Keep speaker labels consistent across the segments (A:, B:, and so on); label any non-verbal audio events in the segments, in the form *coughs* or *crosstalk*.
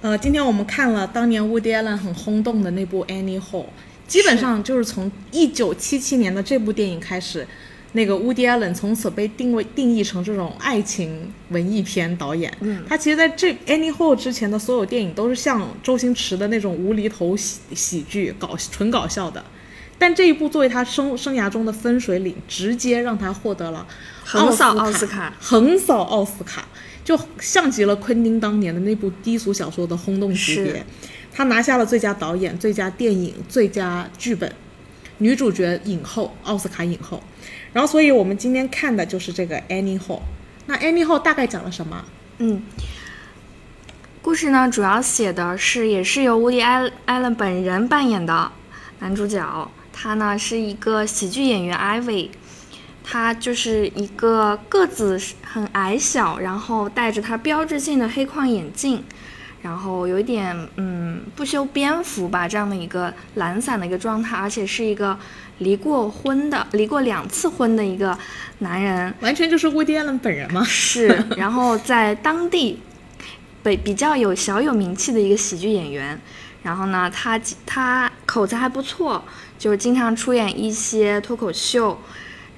A: 呃，今天我们看了当年 Woody Allen 很轰动的那部《Annie Hall》，基本上就是从一九七七年的这部电影开始，那个 Woody Allen 从此被定位定义成这种爱情文艺片导演。嗯，他其实在这《Annie Hall》之前的所有电影都是像周星驰的那种无厘头喜喜剧，搞纯搞笑的。但这一部作为他生生涯中的分水岭，直接让他获得了
B: 横扫
A: 奥
B: 奥斯卡
A: 横扫奥斯卡，就像极了昆汀当年的那部低俗小说的轰动级别
B: 是。
A: 他拿下了最佳导演、最佳电影、最佳剧本、女主角影后、奥斯卡影后。然后，所以我们今天看的就是这个 Annie Hall。那 Annie Hall 大概讲了什么？
B: 嗯，故事呢主要写的是也是由 Woody Allen Allen 本人扮演的男主角，他呢是一个喜剧演员 Ivy，他就是一个个子很矮小，然后戴着他标志性的黑框眼镜。然后有一点嗯不修边幅吧，这样的一个懒散的一个状态，而且是一个离过婚的、离过两次婚的一个男人，
A: 完全就是 Woody Allen 本人吗？
B: 是，然后在当地北比较有小有名气的一个喜剧演员。然后呢，他他口才还不错，就是经常出演一些脱口秀。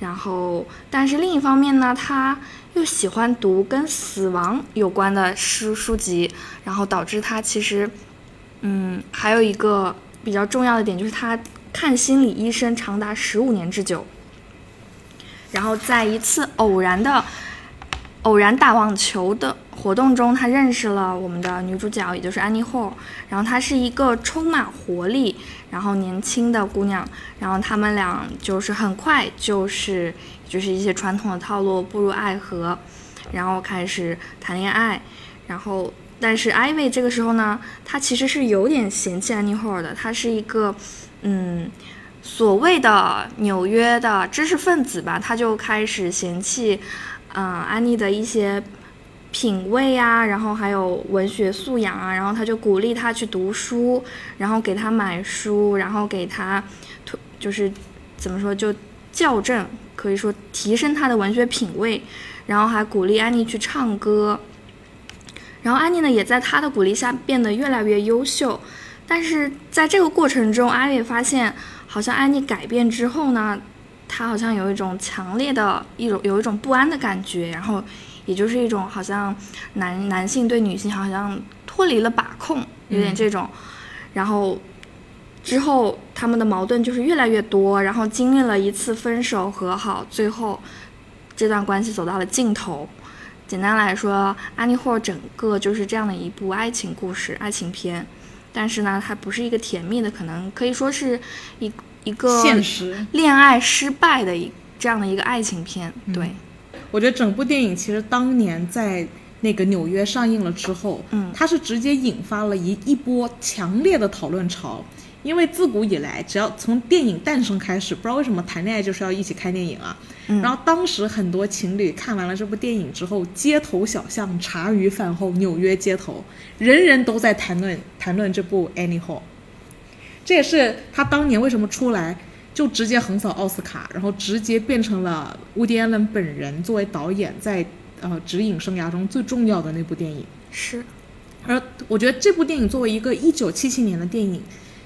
B: 然后，但是另一方面呢，他又喜欢读跟死亡有关的书书籍，然后导致他其实，嗯，还有一个比较重要的点就是他看心理医生长达十五年之久。然后在一次偶然的偶然打网球的活动中，他认识了我们的女主角，也就是安妮霍尔。然后她是一个充满活力，然后年轻的姑娘。然后他们俩就是很快就是就是一些传统的套路步入爱河，然后开始谈恋爱。然后但是艾薇这个时候呢，她其实是有点嫌弃安妮霍尔的，她是一个嗯。所谓的纽约的知识分子吧，他就开始嫌弃，嗯、安妮的一些品味啊，然后还有文学素养啊，然后他就鼓励她去读书，然后给她买书，然后给她推，就是怎么说就校正，可以说提升她的文学品味，然后还鼓励安妮去唱歌，然后安妮呢也在他的鼓励下变得越来越优秀，但是在这个过程中，安妮也发现好像安妮改变之后呢，她好像有一种强烈的一种有一种不安的感觉，然后也就是一种好像男男性对女性好像脱离了把控，有点这种，然后。之后，他们的矛盾就是越来越多，然后经历了一次分手和好，最后这段关系走到了尽头。简单来说，《安妮霍尔》整个就是这样的一部爱情故事、爱情片，但是呢，它不是一个甜蜜的，可能可以说是一一个
A: 现实。
B: 恋爱失败的一这样的一个爱情片。对，
A: 我觉得整部电影其实当年在那个纽约上映了之后，
B: 嗯
A: 它是直接引发了一一波强烈的讨论潮。因为自古以来，只要从电影诞生开始，不知道为什么谈恋爱就是要一起看电影啊。
B: 嗯
A: 然后当时很多情侣看完了这部电影之后，街头小巷、茶余饭后、纽约街头，人人都在谈论谈论这部《Annie Hall》。这也是他当年为什么出来就直接横扫奥斯卡，然后直接变成了乌迪安伦本人作为导演在呃指引生涯中最重要的那部电影。
B: 是
A: 而我觉得这部电影作为一个一九七七年的电影，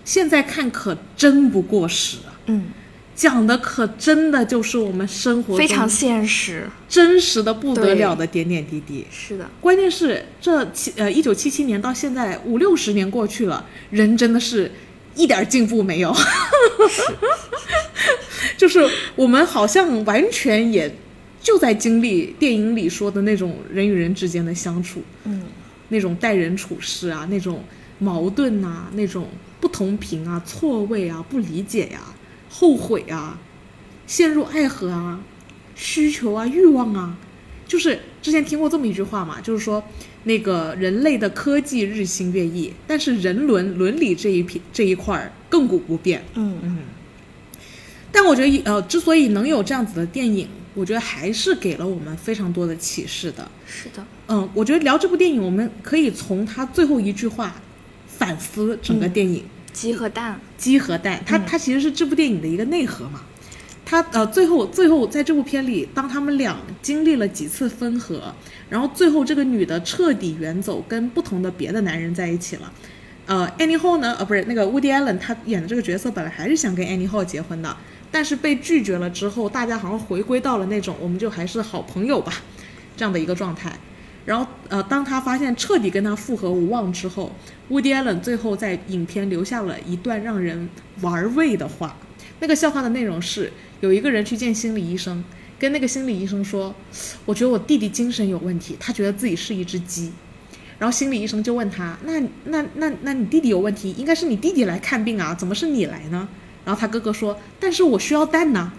A: 现在看可真不过时啊，
B: 嗯，
A: 讲的可真的就是我们生活中
B: 非常现实。
A: 真实的不得了的点点滴滴。
B: 是的，
A: 关键是这七呃一九七七年到现在五六十年过去了，人真的是一点儿进步没有， *laughs* 就是我们好像完全也就在经历电影里说的那种人与人之间的相处，
B: 嗯，
A: 那种待人处事啊，那种矛盾啊，那种不同频啊、错位啊、不理解呀、后悔啊、陷入爱河啊、需求啊、欲望啊，就是之前听过这么一句话嘛，就是说那个人类的科技日新月异，但是人伦伦理这一片这一块儿亘古不变。
B: 嗯嗯，
A: 但我觉得，呃，之所以能有这样子的电影，我觉得还是给了我们非常多的启示的。
B: 是的，
A: 嗯，我觉得聊这部电影，我们可以从他最后一句话反思整个电影。
B: 嗯鸡和蛋，
A: 鸡和蛋，它它其实是这部电影的一个内核嘛。他呃，最后最后在这部片里，当他们俩经历了几次分合，然后最后这个女的彻底远走，跟不同的别的男人在一起了。呃，Annie Hall 呢，呃，不是那个 Woody Allen，他演的这个角色本来还是想跟 Annie Hall 结婚的，但是被拒绝了之后，大家好像回归到了那种我们就还是好朋友吧这样的一个状态。然后呃，当他发现彻底跟他复合无望之后，Woody Allen 最后在影片留下了一段让人玩味的话。那个笑话的内容是，有一个人去见心理医生，跟那个心理医生说：“我觉得我弟弟精神有问题，他觉得自己是一只鸡。”然后心理医生就问他：“那那那那你弟弟有问题，应该是你弟弟来看病啊，怎么是你来呢？”然后他哥哥说：“但是我需要蛋呐、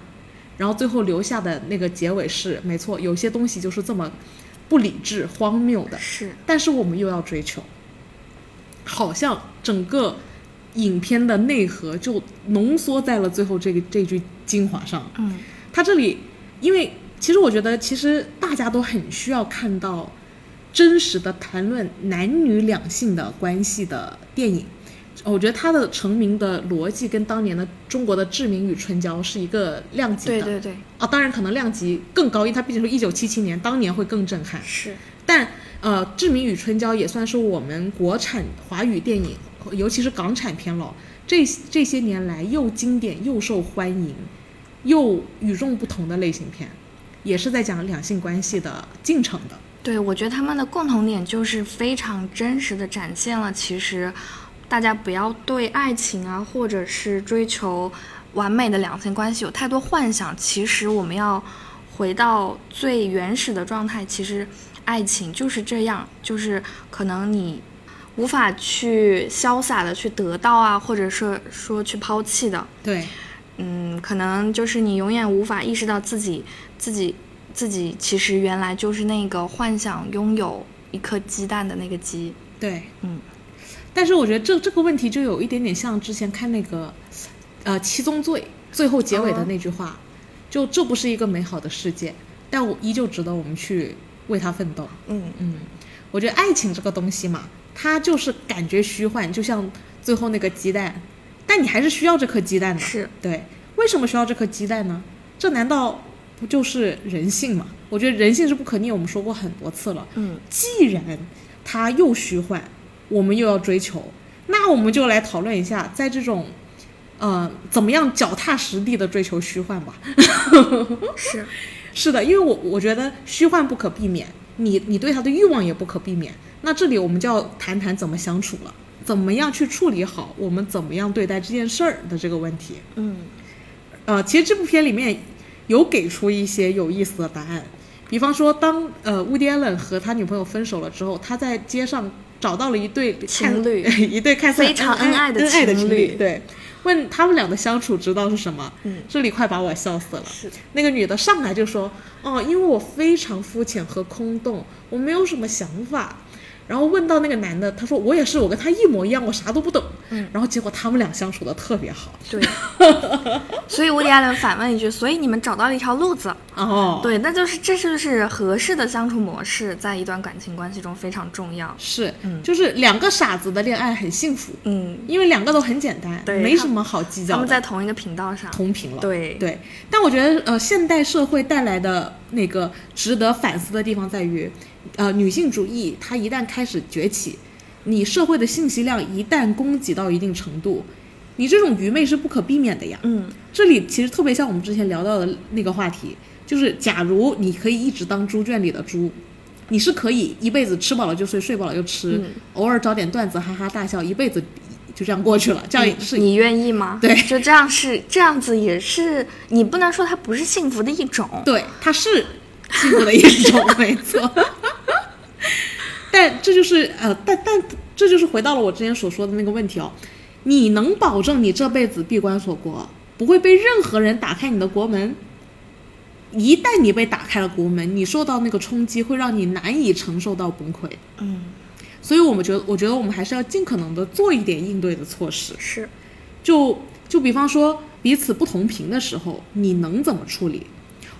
A: 然后最后留下的那个结尾是：没错，有些东西就是这么不理智、荒谬的。
B: 是
A: 但是我们又要追求，好像整个影片的内核就浓缩在了最后这个这句精华上。
B: 嗯
A: 它这里，因为其实我觉得，其实大家都很需要看到真实的谈论男女两性的关系的电影。我觉得它的成名的逻辑跟当年的中国的《志明与春娇》是一个量级的
B: 对对对
A: 啊，当然可能量级更高，因为它毕竟是一九七七年，当年会更震撼。
B: 是
A: 但呃，《志明与春娇》也算是我们国产华语电影，尤其是港产片了。这这些年来，又经典又受欢迎，又与众不同的类型片，也是在讲两性关系的进程的。
B: 对，我觉得他们的共同点就是非常真实的展现了，其实大家不要对爱情啊，或者是追求完美的两性关系有太多幻想。其实我们要回到最原始的状态，其实爱情就是这样，就是可能你无法去潇洒的去得到啊，或者是说去抛弃的。
A: 对，
B: 嗯，可能就是你永远无法意识到自己自己自己其实原来就是那个幻想拥有一颗鸡蛋的那个鸡。
A: 对，
B: 嗯。
A: 但是我觉得这这个问题就有一点点像之前看那个，呃，《七宗罪》最后结尾的那句话，就这不是一个美好的世界，但我依旧值得我们去为它奋斗。
B: 嗯，
A: 我觉得爱情这个东西嘛，它就是感觉虚幻，就像最后那个鸡蛋，但你还是需要这颗鸡蛋的。
B: 是
A: 对，为什么需要这颗鸡蛋呢？这难道不就是人性吗？我觉得人性是不可逆，我们说过很多次了。
B: 嗯，
A: 既然它又虚幻，我们又要追求，那我们就来讨论一下，在这种，呃，怎么样脚踏实地的追求虚幻吧。 *laughs*
B: 是
A: 是的，因为我我觉得虚幻不可避免，你你对他的欲望也不可避免。那这里我们就要谈谈怎么相处了，怎么样去处理好我们怎么样对待这件事儿的这个问题。
B: *laughs* 嗯
A: 呃，其实这部片里面有给出一些有意思的答案，比方说当呃乌迪艾伦和他女朋友分手了之后，他在街上找到了一对看 *laughs*
B: 情侣
A: 一对看似
B: 非常
A: 恩
B: 恩爱的
A: 恩爱的
B: 情
A: 情侣，
B: 侣
A: 对，问他们俩的相处之道是什么？
B: 嗯，
A: 这里快把我笑死了。
B: 是
A: 那个女的上来就说：“哦，因为我非常肤浅和空洞，我没有什么想法。”然后问到那个男的，他说：“我也是，我跟他一模一样，我啥都不懂。”
B: 嗯，
A: 然后结果他们俩相处的特别好。
B: 对。 *laughs* 所以乌迪艾伦反问一句：“所以你们找到了一条路子？”
A: 哦，，
B: 对，那就是这就是合适的相处模式，在一段感情关系中非常重要。
A: 是，
B: 嗯
A: 就是两个傻子的恋爱很幸福，
B: 嗯，
A: 因为两个都很简单，
B: 对
A: 没什么好计较
B: 他
A: 的，
B: 们在同一个频道上。
A: 同频了。
B: 对
A: 对，但我觉得呃，现代社会带来的那个值得反思的地方在于，呃，女性主义它一旦开始崛起，你社会的信息量一旦供给到一定程度，你这种愚昧是不可避免的呀。
B: 嗯，
A: 这里其实特别像我们之前聊到的那个话题，就是假如你可以一直当猪圈里的猪，你是可以一辈子吃饱了就睡，睡饱了就吃，
B: 嗯
A: 偶尔找点段子哈哈大笑，一辈子就这样过去了，这样是
B: 嗯你愿意吗？
A: 对
B: 就这样是这样子，也是你不能说它不是幸福的一种。
A: 对，它是幸福的一种， *laughs* 没错。但这就是呃，但但这就是回到了我之前所说的那个问题哦，你能保证你这辈子闭关锁国，不会被任何人打开你的国门？一旦你被打开了国门，你受到那个冲击会让你难以承受到崩溃，
B: 嗯，
A: 所以我们觉得，我觉得我们还是要尽可能的做一点应对的措施。
B: 是，
A: 就就比方说彼此不同频的时候，你能怎么处理？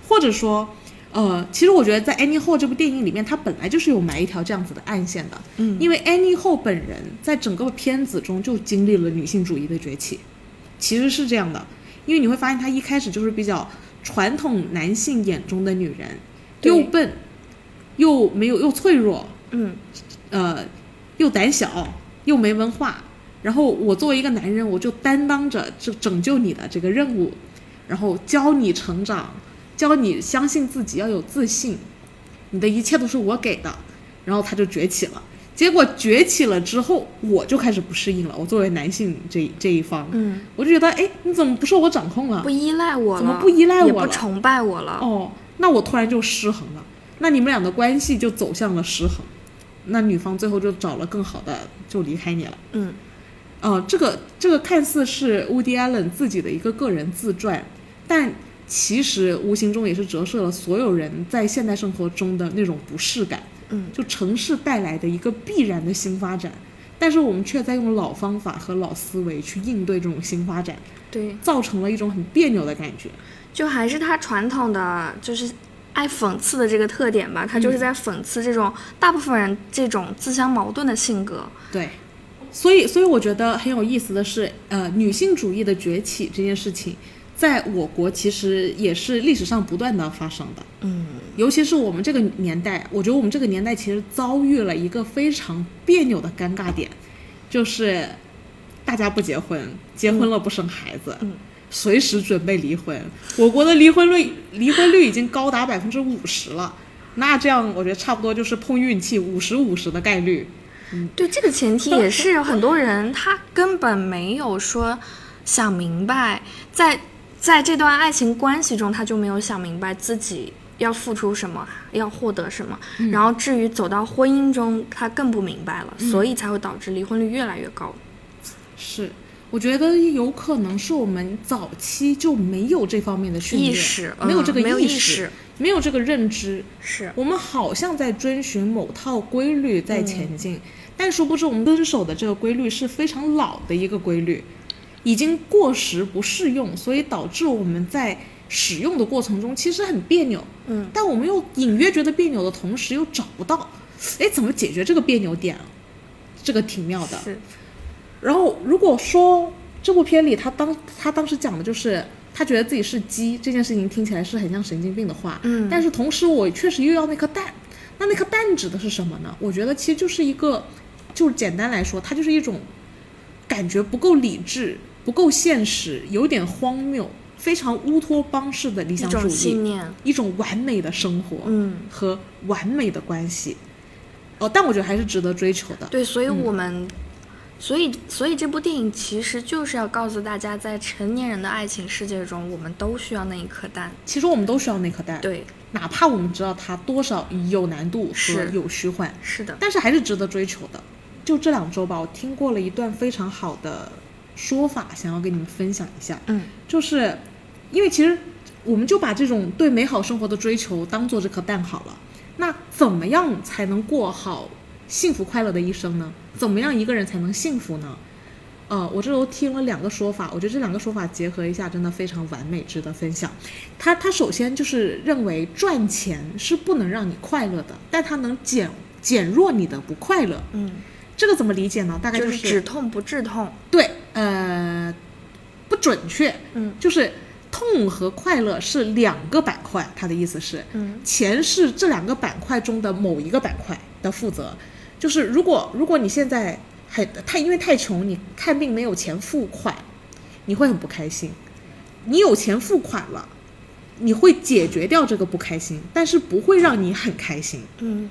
A: 或者说，呃，其实我觉得在《Annie Hall》这部电影里面，它本来就是有埋一条这样子的暗线的，
B: 嗯
A: 因为 Annie Hall 本人在整个片子中就经历了女性主义的崛起，其实是这样的，因为你会发现她一开始就是比较传统男性眼中的女人，
B: 对
A: 又笨，又没有又脆弱，
B: 嗯，
A: 呃，又胆小又没文化。然后我作为一个男人，我就担当着这拯救你的这个任务，然后教你成长，教你相信自己要有自信，你的一切都是我给的。然后他就崛起了。结果崛起了之后，我就开始不适应了。我作为男性这这一方，
B: 嗯，
A: 我就觉得，哎，你怎么不受我掌控了
B: 不？依赖我
A: 嗯
B: 了，
A: 怎么不依赖我
B: 也不
A: 了
B: 崇拜我了？
A: 哦，那我突然就失衡了。那你们俩的关系就走向了失衡。那女方最后就找了更好的，就离开你了。
B: 嗯，
A: 呃，这个这个看似是 Woody Allen 自己的一个个人自传，但其实无形中也是折射了所有人在现代生活中的那种不适感。
B: 嗯，
A: 就城市带来的一个必然的新发展，但是我们却在用老方法和老思维去应对这种新发展，
B: 对，
A: 造成了一种很别扭的感觉。
B: 就还是他传统的就是爱讽刺的这个特点吧，他就
A: 嗯
B: 是在讽刺这种、大部分人这种自相矛盾的性格。
A: 对，所以所以我觉得很有意思的是，呃，女性主义的崛起这件事情，在我国其实也是历史上不断的发生的。
B: 嗯，
A: 尤其是我们这个年代，我觉得我们这个年代其实遭遇了一个非常别扭的尴尬点，就是大家不结婚，结婚了不生孩子，
B: 嗯
A: 随时准备离婚。我国的离婚率离婚率已经高达百分之五十了，那这样我觉得差不多就是碰运气五十五十的概率。
B: 对，这个前提也是有很多人他根本没有说想明白，在在这段爱情关系中，他就没有想明白自己。要付出什么，要获得什么，然后至于走到婚姻中，他更不明白了，所以才会导致离婚率越来越高。
A: 是，我觉得有可能是我们早期就没有这方面的训练，
B: 意识
A: 没有
B: 嗯
A: 这个
B: 没有
A: 意
B: 意识
A: 没有这个认知，
B: 是，
A: 我们好像在遵循某套规律在前进，
B: 嗯
A: 但殊不知我们遵守的这个规律是非常老的一个规律，已经过时不适用，所以导致我们在使用的过程中其实很别扭。
B: 嗯，
A: 但我们又隐约觉得别扭的同时又找不到，哎，怎么解决这个别扭点啊？这个挺妙的。
B: 是，
A: 然后如果说这部片里他当他当时讲的就是他觉得自己是鸡这件事情听起来是很像神经病的话，
B: 嗯
A: 但是同时我确实又要那颗蛋，那那颗蛋指的是什么呢？我觉得其实就是一个，就是简单来说，它就是一种感觉不够理智、不够现实、有点荒谬、非常乌托邦式的理
B: 一
A: 想主
B: 种
A: 义，
B: 信念。
A: 一种完美的生活，
B: 嗯，
A: 和完美的关系。哦，但我觉得还是值得追求的。
B: 对，所以我们，所以所以这部电影其实就是要告诉大家，在成年人的爱情世界中，我们都需要那一颗蛋。
A: 其实我们都需要那颗蛋。
B: 对，
A: 哪怕我们知道它多少有难度和
B: 是
A: 有虚幻，
B: 是的，
A: 但是还是值得追求的。就这两周吧，我听过了一段非常好的说法，想要跟你们分享一下。
B: 嗯，
A: 就是因为其实我们就把这种对美好生活的追求当做这颗蛋好了。那怎么样才能过好幸福快乐的一生呢？怎么样一个人才能幸福呢？呃，我这周听了两个说法，我觉得这两个说法结合一下，真的非常完美，值得分享。他他首先就是认为赚钱是不能让你快乐的，但它能减减弱你的不快乐。
B: 嗯，
A: 这个怎么理解呢？大概
B: 就是
A: 是
B: 止痛不治痛。
A: 对，呃，不准确，
B: 嗯
A: 就是痛和快乐是两个板块，他的意思是，
B: 嗯
A: 钱是这两个板块中的某一个板块的负责，就是如果如果你现在很太因为太穷，你看病没有钱付款，你会很不开心；你有钱付款了，你会解决掉这个不开心，但是不会让你很开心。
B: 嗯，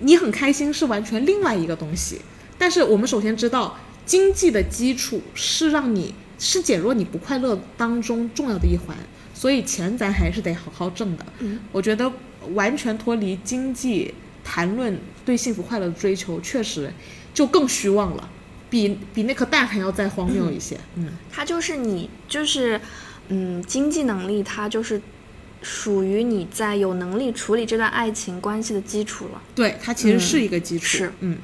A: 你很开心是完全另外一个东西。但是我们首先知道，经济的基础是让你是减弱你不快乐当中重要的一环，所以钱咱还是得好好挣的。
B: 嗯
A: 我觉得完全脱离经济谈论对幸福快乐的追求，确实就更虚妄了，比比那颗蛋还要再荒谬一些。嗯，
B: 它就是你就是，嗯，经济能力它就是属于你在有能力处理这段爱情关系的基础了。
A: 对，它其实是一个基础。
B: 是
A: 嗯，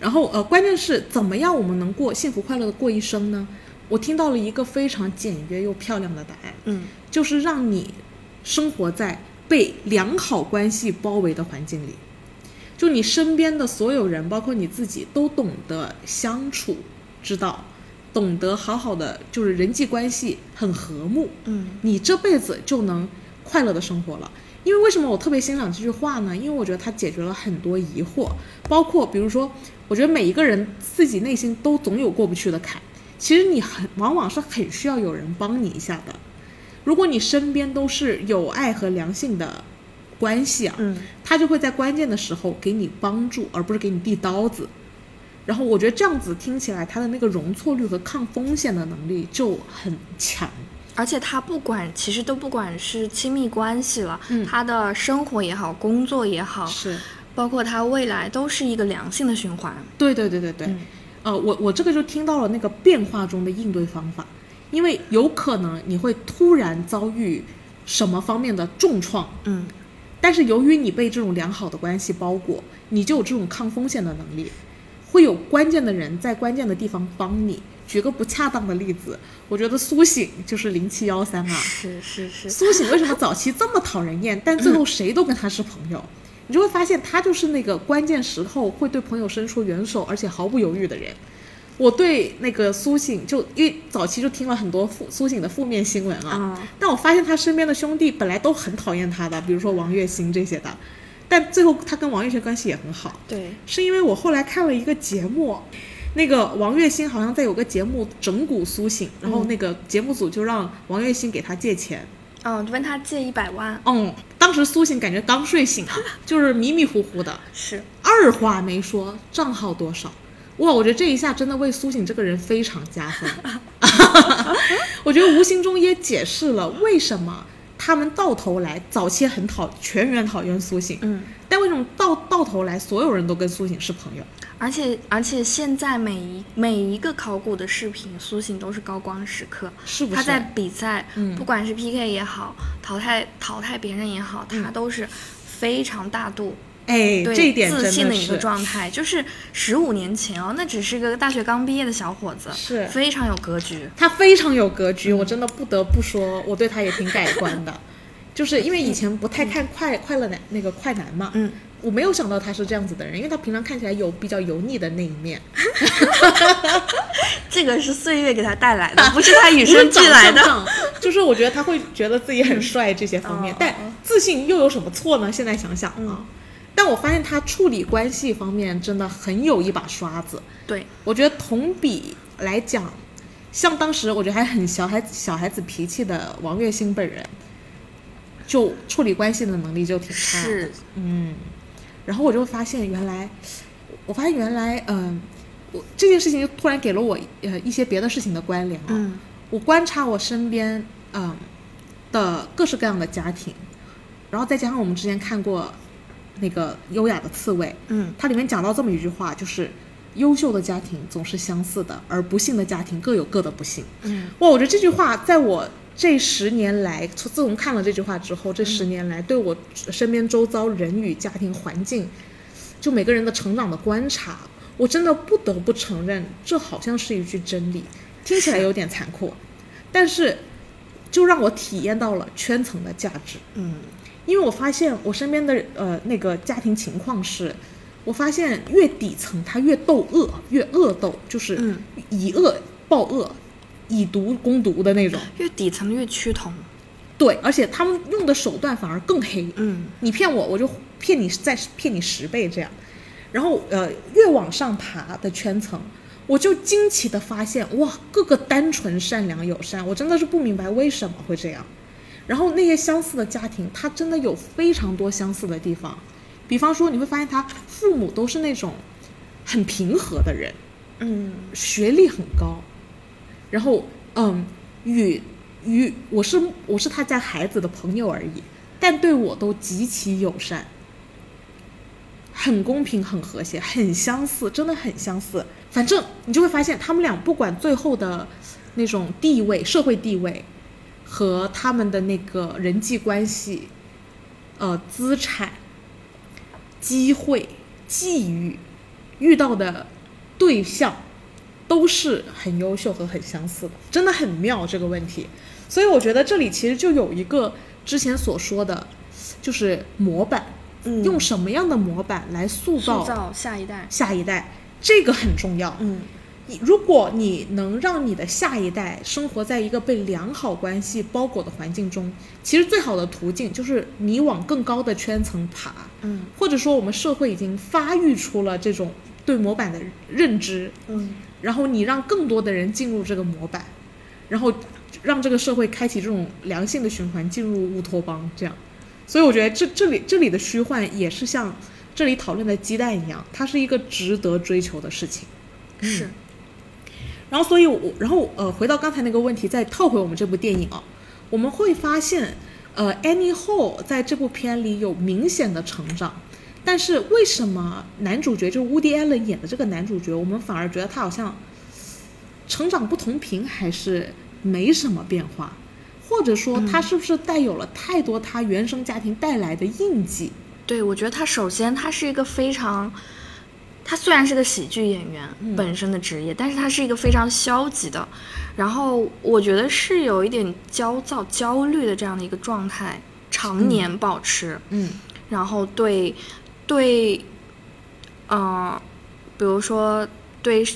A: 然后呃，关键是怎么样我们能过幸福快乐的过一生呢？我听到了一个非常简约又漂亮的答案，
B: 嗯，
A: 就是让你生活在被良好关系包围的环境里，就你身边的所有人，包括你自己，都懂得相处之道，懂得好好的就是人际关系很和睦，
B: 嗯
A: 你这辈子就能快乐的生活了。因为为什么我特别欣赏这句话呢？因为我觉得它解决了很多疑惑，包括比如说，我觉得每一个人自己内心都总有过不去的坎，其实你很往往是很需要有人帮你一下的。如果你身边都是有爱和良性的关系啊，
B: 嗯
A: 他就会在关键的时候给你帮助，而不是给你递刀子。然后我觉得这样子听起来，他的那个容错率和抗风险的能力就很强。
B: 而且他不管，其实都不管是亲密关系了，
A: 嗯
B: 他的生活也好，工作也好，
A: 是，
B: 包括他未来都是一个良性的循环。
A: 对对对对对，
B: 嗯
A: 呃，我我这个就听到了那个变化中的应对方法，因为有可能你会突然遭遇什么方面的重创，
B: 嗯，
A: 但是由于你被这种良好的关系包裹，你就有这种抗风险的能力，会有关键的人在关键的地方帮你。举个不恰当的例子，我觉得苏醒就是零七幺三啊，
B: 是是是，
A: 苏醒为什么早期这么讨人厌，但最后谁都跟他是朋友？你就会发现他就是那个关键时候会对朋友伸出援手，而且毫不犹豫的人。我对那个苏醒就因为早期就听了很多负苏醒的负面新闻啊，
B: 嗯
A: 但我发现他身边的兄弟本来都很讨厌他的，比如说王栎鑫这些的，但最后他跟王栎鑫关系也很好。
B: 对，
A: 是因为我后来看了一个节目，那个王栎鑫好像在有个节目整蛊苏醒，然后那个节目组就让王栎鑫给他借钱，
B: 嗯，问他借一百万，
A: 嗯，当时苏醒感觉刚睡醒啊， *laughs* 就是迷迷糊糊的，
B: 是
A: 二话没说，账号多少？哇，我觉得这一下真的为苏醒这个人非常加分。 *laughs* 我觉得无形中也解释了为什么他们到头来早期很讨全员讨厌苏醒，
B: 嗯，
A: 但为什么到到头来所有人都跟苏醒是朋友？
B: 而且而且现在每一每一个考古的视频，苏醒都是高光时刻。
A: 是不是？
B: 他在比赛，
A: 嗯
B: 不管是 PK 也好，淘汰淘汰别人也好，他都是非常大度，
A: 哎，
B: 对
A: 嗯这一点真
B: 自信的一个
A: 是
B: 状态。就是十五年前哦，那只是个大学刚毕业的小伙子，
A: 是
B: 非常有格局。
A: 他非常有格局，我真的不得不说，我对他也挺改观的， *laughs* 就是因为以前不太看快、快乐男那个快男嘛，
B: 嗯，
A: 我没有想到他是这样子的人，因为他平常看起来有比较油腻的那一面，
B: 这个是岁月给他带
A: *laughs*
B: 来的，不 *laughs* 是他与
A: 不是
B: 生
A: 长
B: 俱来
A: *laughs* 相
B: 的。
A: 上，就是我觉得他会觉得自己很帅这些方面，
B: *laughs* 哦
A: 但自信又有什么错呢？现在想想啊，
B: 嗯
A: 但我发现他处理关系方面真的很有一把刷子，
B: 对，
A: 我觉得同比来讲，像当时我觉得还很小孩小孩子脾气的王栎鑫本人，就处理关系的能力就挺差的。
B: 是，
A: 嗯。然后我就发现，原来我发现原来，嗯、我这件事情就突然给了我呃一些别的事情的关联啊。
B: 嗯
A: 我观察我身边嗯、的各式各样的家庭，然后再加上我们之前看过那个《优雅的刺猬》，
B: 嗯
A: 它里面讲到这么一句话，就是优秀的家庭总是相似的，而不幸的家庭各有各的不幸。
B: 嗯，
A: 哇，我觉得这句话在我这十年来，从自从看了这句话之后，这十年来对我身边周遭人与家庭环境，就每个人的成长的观察，我真的不得不承认，这好像是一句真理，听起来有点残酷，但是就让我体验到了圈层的价值。
B: 嗯
A: 因为我发现我身边的呃那个家庭情况是，我发现越底层他越斗恶，越恶斗，就是
B: 嗯
A: 以恶报恶，以毒攻毒的那种。
B: 越底层越趋同。
A: 对，而且他们用的手段反而更黑。
B: 嗯
A: 你骗我，我就骗你再骗你十倍这样。然后呃，越往上爬的圈层，我就惊奇的发现，哇，各个单纯、善良、友善，我真的是不明白为什么会这样。然后那些相似的家庭，它真的有非常多相似的地方，比方说你会发现他父母都是那种很平和的人，
B: 嗯
A: 学历很高，然后嗯，与与我是我是他家孩子的朋友而已，但对我都极其友善，很公平，很和谐，很相似，真的很相似。反正你就会发现，他们俩不管最后的那种地位、社会地位和他们的那个人际关系、呃资产、机会、际遇、遇到的对象，都是很优秀和很相似的，真的很妙这个问题。所以我觉得这里其实就有一个之前所说的，就是模板，
B: 嗯
A: 用什么样的模板来塑
B: 塑
A: 造
B: 造下一代。
A: 下一代，这个很重要。
B: 嗯
A: 你如果你能让你的下一代生活在一个被良好关系包裹的环境中，其实最好的途径就是你往更高的圈层爬。
B: 嗯
A: 或者说我们社会已经发育出了这种对模板的认知，
B: 嗯
A: 然后你让更多的人进入这个模板，然后让这个社会开启这种良性的循环，进入乌托邦这样。所以我觉得这这里这里的虚幻也是像这里讨论的鸡蛋一样，它是一个值得追求的事情。
B: 是
A: 然后，所以我，然后呃，回到刚才那个问题，再套回我们这部电影啊，我们会发现，呃，Annie Hall 在这部片里有明显的成长，但是为什么男主角就是 Woody Allen 演的这个男主角，我们反而觉得他好像成长不同频，还是没什么变化？或者说，他是不是带有了太多他原生家庭带来的印记？
B: 对，我觉得他首先他是一个非常，他虽然是个喜剧演员、
A: 嗯
B: 本身的职业，但是他是一个非常消极的，然后我觉得是有一点焦躁、焦虑的这样的一个状态，常年保持。
A: 嗯
B: 然后对对，呃，比如说对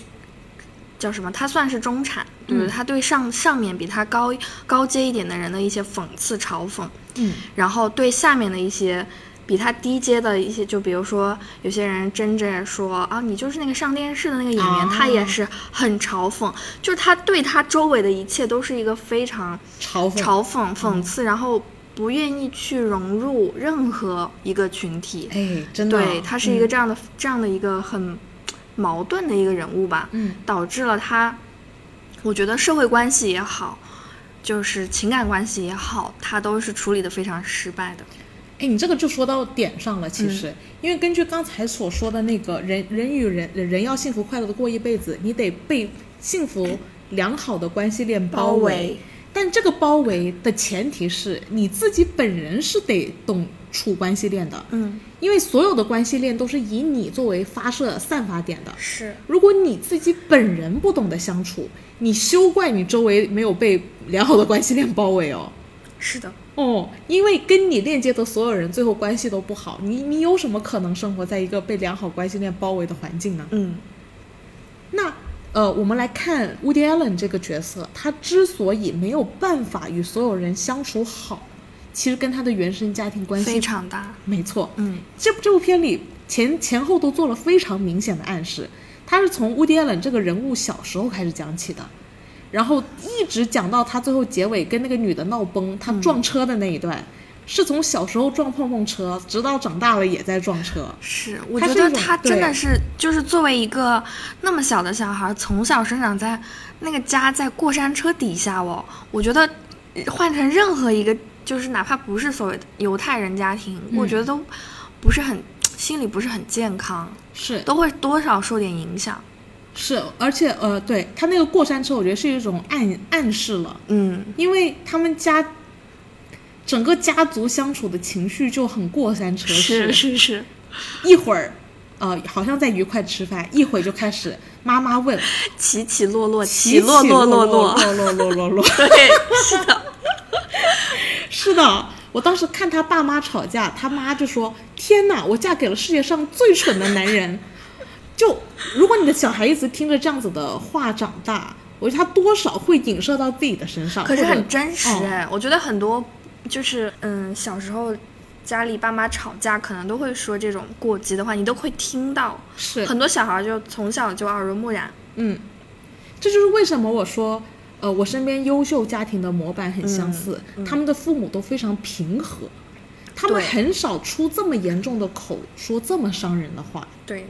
B: 叫什么，他算是中产，对不
A: 嗯
B: 对？他对上上面比他高高阶一点的人的一些讽刺、嘲讽，
A: 嗯
B: 然后对下面的一些。比他低阶的一些，就比如说有些人争着说啊，你就是那个上电视的那个演员，
A: 啊
B: 他也是很嘲讽，就是他对他周围的一切都是一个非常
A: 嘲讽，嗯
B: 嘲讽、讽刺，然后不愿意去融入任何一个群体。
A: 哎，真的啊，
B: 对他是一个这样的、这样的一个很矛盾的一个人物吧，
A: 嗯
B: 导致了他，我觉得社会关系也好，就是情感关系也好，他都是处理的非常失败的。
A: 哎，你这个就说到点上了，其实，因为根据刚才所说的那个人人与人人要幸福快乐的过一辈子，你得被幸福良好的关系链包
B: 包围
A: 但这个包围的前提是你自己本人是得懂处关系链的，
B: 嗯，
A: 因为所有的关系链都是以你作为发射散发点的。
B: 是
A: 如果你自己本人不懂得相处，你休怪你周围没有被良好的关系链包围哦。
B: 是的，
A: 哦，因为跟你链接的所有人最后关系都不好，你你有什么可能生活在一个被良好关系链包围的环境呢？
B: 嗯
A: 那呃，我们来看 Woody Allen 这个角色，他之所以没有办法与所有人相处好，其实跟他的原生家庭关系
B: 非常大。
A: 没错，
B: 嗯
A: 这部这部片里前前后都做了非常明显的暗示，他是从 Woody Allen 这个人物小时候开始讲起的，然后一直讲到他最后结尾跟那个女的闹崩，他撞车的那一段，是从小时候撞碰碰车，直到长大了也在撞车。
B: 是，我
A: 他
B: 觉
A: 是一
B: 得
A: 种
B: 他真的
A: 对
B: 是，就是作为一个那么小的小孩儿，从小生长在那个家在过山车底下哦，我觉得呃换成任何一个，就是哪怕不是所谓的犹太人家庭，
A: 嗯
B: 我觉得都不是很心理不是很健康，
A: 是
B: 都会多少受点影响。
A: 是，而且呃，对他那个过山车，我觉得是一种暗暗示了，
B: 嗯，
A: 因为他们家整个家族相处的情绪就很过山车式。
B: 嗯是是是，
A: 一会儿，呃，好像在愉快吃饭，一会儿就开始妈妈问，
B: 起起落落，
A: 起
B: 落落
A: 落
B: 落，
A: 落落落落 *laughs* 落。
B: *laughs* 对，是的，
A: 是的，我当时看他爸妈吵架，他妈就说：“天哪，我嫁给了世界上最蠢的男人。”就如果你的小孩一直听着这样子的话长大，我觉得他多少会影射到自己的身上。
B: 可是
A: 或者
B: 很真实
A: 哦
B: 哎，我觉得很多就是嗯，小时候家里爸妈吵架，可能都会说这种过激的话，你都会听到。
A: 是
B: 很多小孩就从小就耳濡目染。
A: 嗯，这就是为什么我说，呃，我身边优秀家庭的模板很相似，他们的父母都非常平和，他们
B: 对
A: 很少出这么严重的口，说这么伤人的话，
B: 对，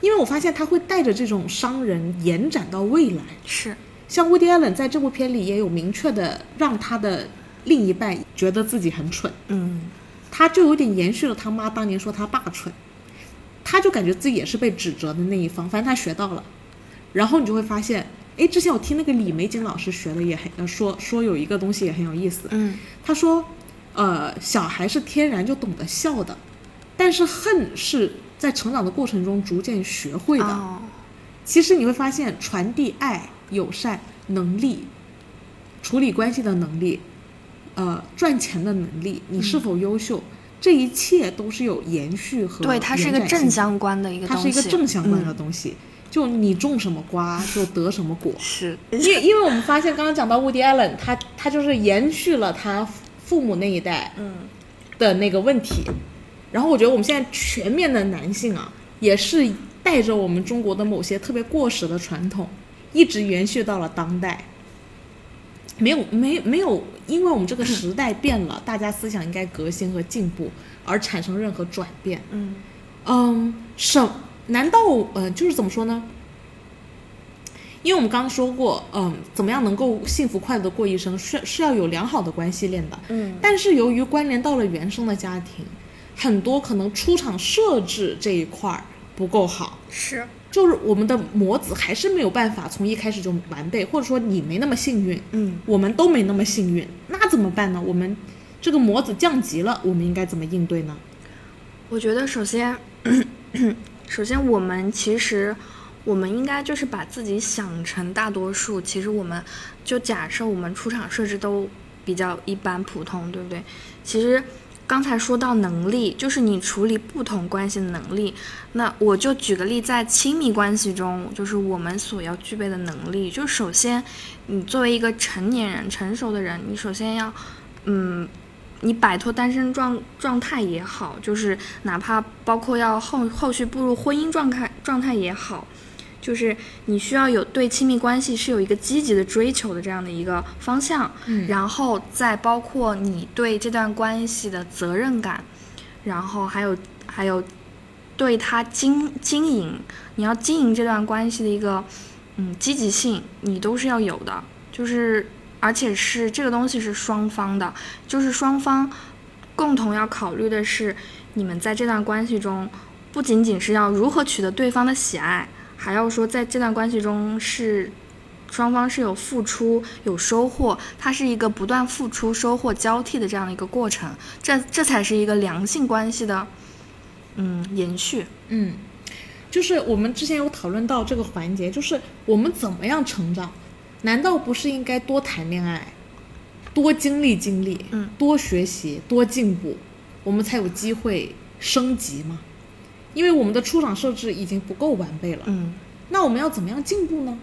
A: 因为我发现他会带着这种伤人延展到未来。
B: 是
A: 像 Woody Allen 在这部片里也有明确的让他的另一半觉得自己很蠢，
B: 嗯，
A: 他就有点延续了他妈当年说他爸蠢，他就感觉自己也是被指责的那一方，反正他学到了。然后你就会发现，诶，之前我听那个李玫瑾老师学的也很呃说说有一个东西也很有意思，
B: 嗯，
A: 他说，呃，小孩是天然就懂得笑的，但是恨是在成长的过程中逐渐学会的。
B: 哦，
A: 其实你会发现，传递爱、友善、能力、处理关系的能力，呃，赚钱的能力，你是否优秀，这一切都是有延续和
B: 对，它是
A: 延
B: 一个
A: 展性
B: 正相关的一个
A: 它
B: 东
A: 是
B: 西，
A: 一个正相关的
B: 嗯
A: 东西。就你种什么瓜就得什么果。
B: 是，
A: 因为因为我们发现刚刚讲到 Woody Allen，他他就是延续了他父母那一代
B: 嗯，
A: 的那个问题。然后我觉得我们现在全面的男性啊，也是带着我们中国的某些特别过时的传统，一直延续到了当代。没有，没没有，因为我们这个时代变了，大家思想应该革新和进步，而产生任何转变。
B: 嗯，
A: 嗯，什？难道呃，就是怎么说呢？因为我们刚刚说过，嗯、怎么样能够幸福快乐的过一生，是是要有良好的关系链的。
B: 嗯，
A: 但是由于关联到了原生的家庭，很多可能出厂设置这一块儿不够好，
B: 是，
A: 就是我们的模子还是没有办法从一开始就完备，或者说你没那么幸运，
B: 嗯，
A: 我们都没那么幸运，那怎么办呢？我们这个模子降级了，我们应该怎么应对呢？
B: 我觉得首先， *coughs* 首先我们其实，我们应该就是把自己想成大多数。其实我们就假设我们出厂设置都比较一般普通，对不对？其实刚才说到能力，就是你处理不同关系的能力。那我就举个例，在亲密关系中，就是我们所要具备的能力。就首先，你作为一个成年人、成熟的人，你首先要，嗯，你摆脱单身状状态也好，就是哪怕包括要后后续步入婚姻状态状态也好，就是你需要有对亲密关系是有一个积极的追求的这样的一个方向，
A: 嗯
B: 然后再包括你对这段关系的责任感，然后还有还有对它经经营，你要经营这段关系的一个嗯积极性，你都是要有的，就是而且是这个东西是双方的，就是双方共同要考虑的是，你们在这段关系中不仅仅是要如何取得对方的喜爱，还要说在这段关系中是双方是有付出有收获，它是一个不断付出收获交替的这样的一个过程，这这才是一个良性关系的嗯延续。
A: 嗯，就是我们之前有讨论到这个环节，就是我们怎么样成长？难道不是应该多谈恋爱，多经历经历，
B: 嗯，
A: 多学习，多进步，我们才有机会升级吗？因为我们的出厂设置已经不够完备了，
B: 嗯，
A: 那我们要怎么样进步呢？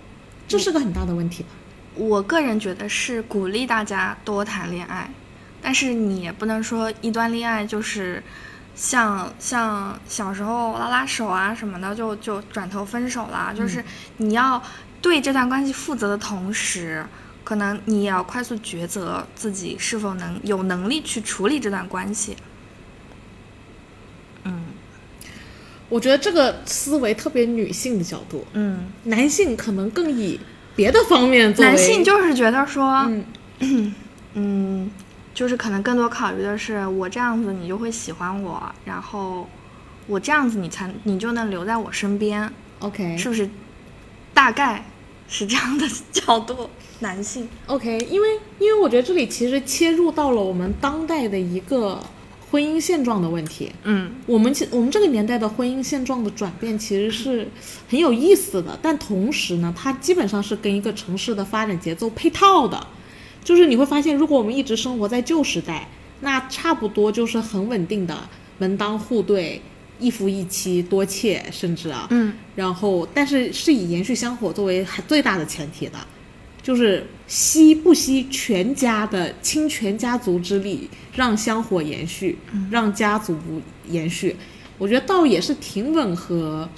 A: 这是个很大的问题吧？
B: 我个人觉得是鼓励大家多谈恋爱，但是你也不能说一段恋爱就是像像小时候拉拉手啊什么的就就转头分手
A: 嗯
B: 啦，就是你要对这段关系负责的同时。可能你也要快速抉择自己是否能有能力去处理这段关系。嗯
A: 我觉得这个思维特别女性的角度，
B: 嗯，
A: 男性可能更以别的方面作为
B: 男性就是觉得说，
A: 嗯
B: 嗯，就是可能更多考虑的是，我这样子你就会喜欢我，然后我这样子你才你就能留在我身边，
A: OK
B: 是不是？大概是这样的 *laughs* 角度，男性，
A: OK，因为因为我觉得这里其实切入到了我们当代的一个婚姻现状的问题。
B: 嗯
A: 我们其我们这个年代的婚姻现状的转变其实是很有意思的，但同时呢，它基本上是跟一个城市的发展节奏配套的。就是你会发现，如果我们一直生活在旧时代，那差不多就是很稳定的门当户对、一夫一妻多妾，甚至啊，
B: 嗯
A: 然后但是是以延续香火作为最大的前提的，就是惜不惜全家的倾全家族之力，让香火延续，让家族延续，我觉得倒也是挺吻合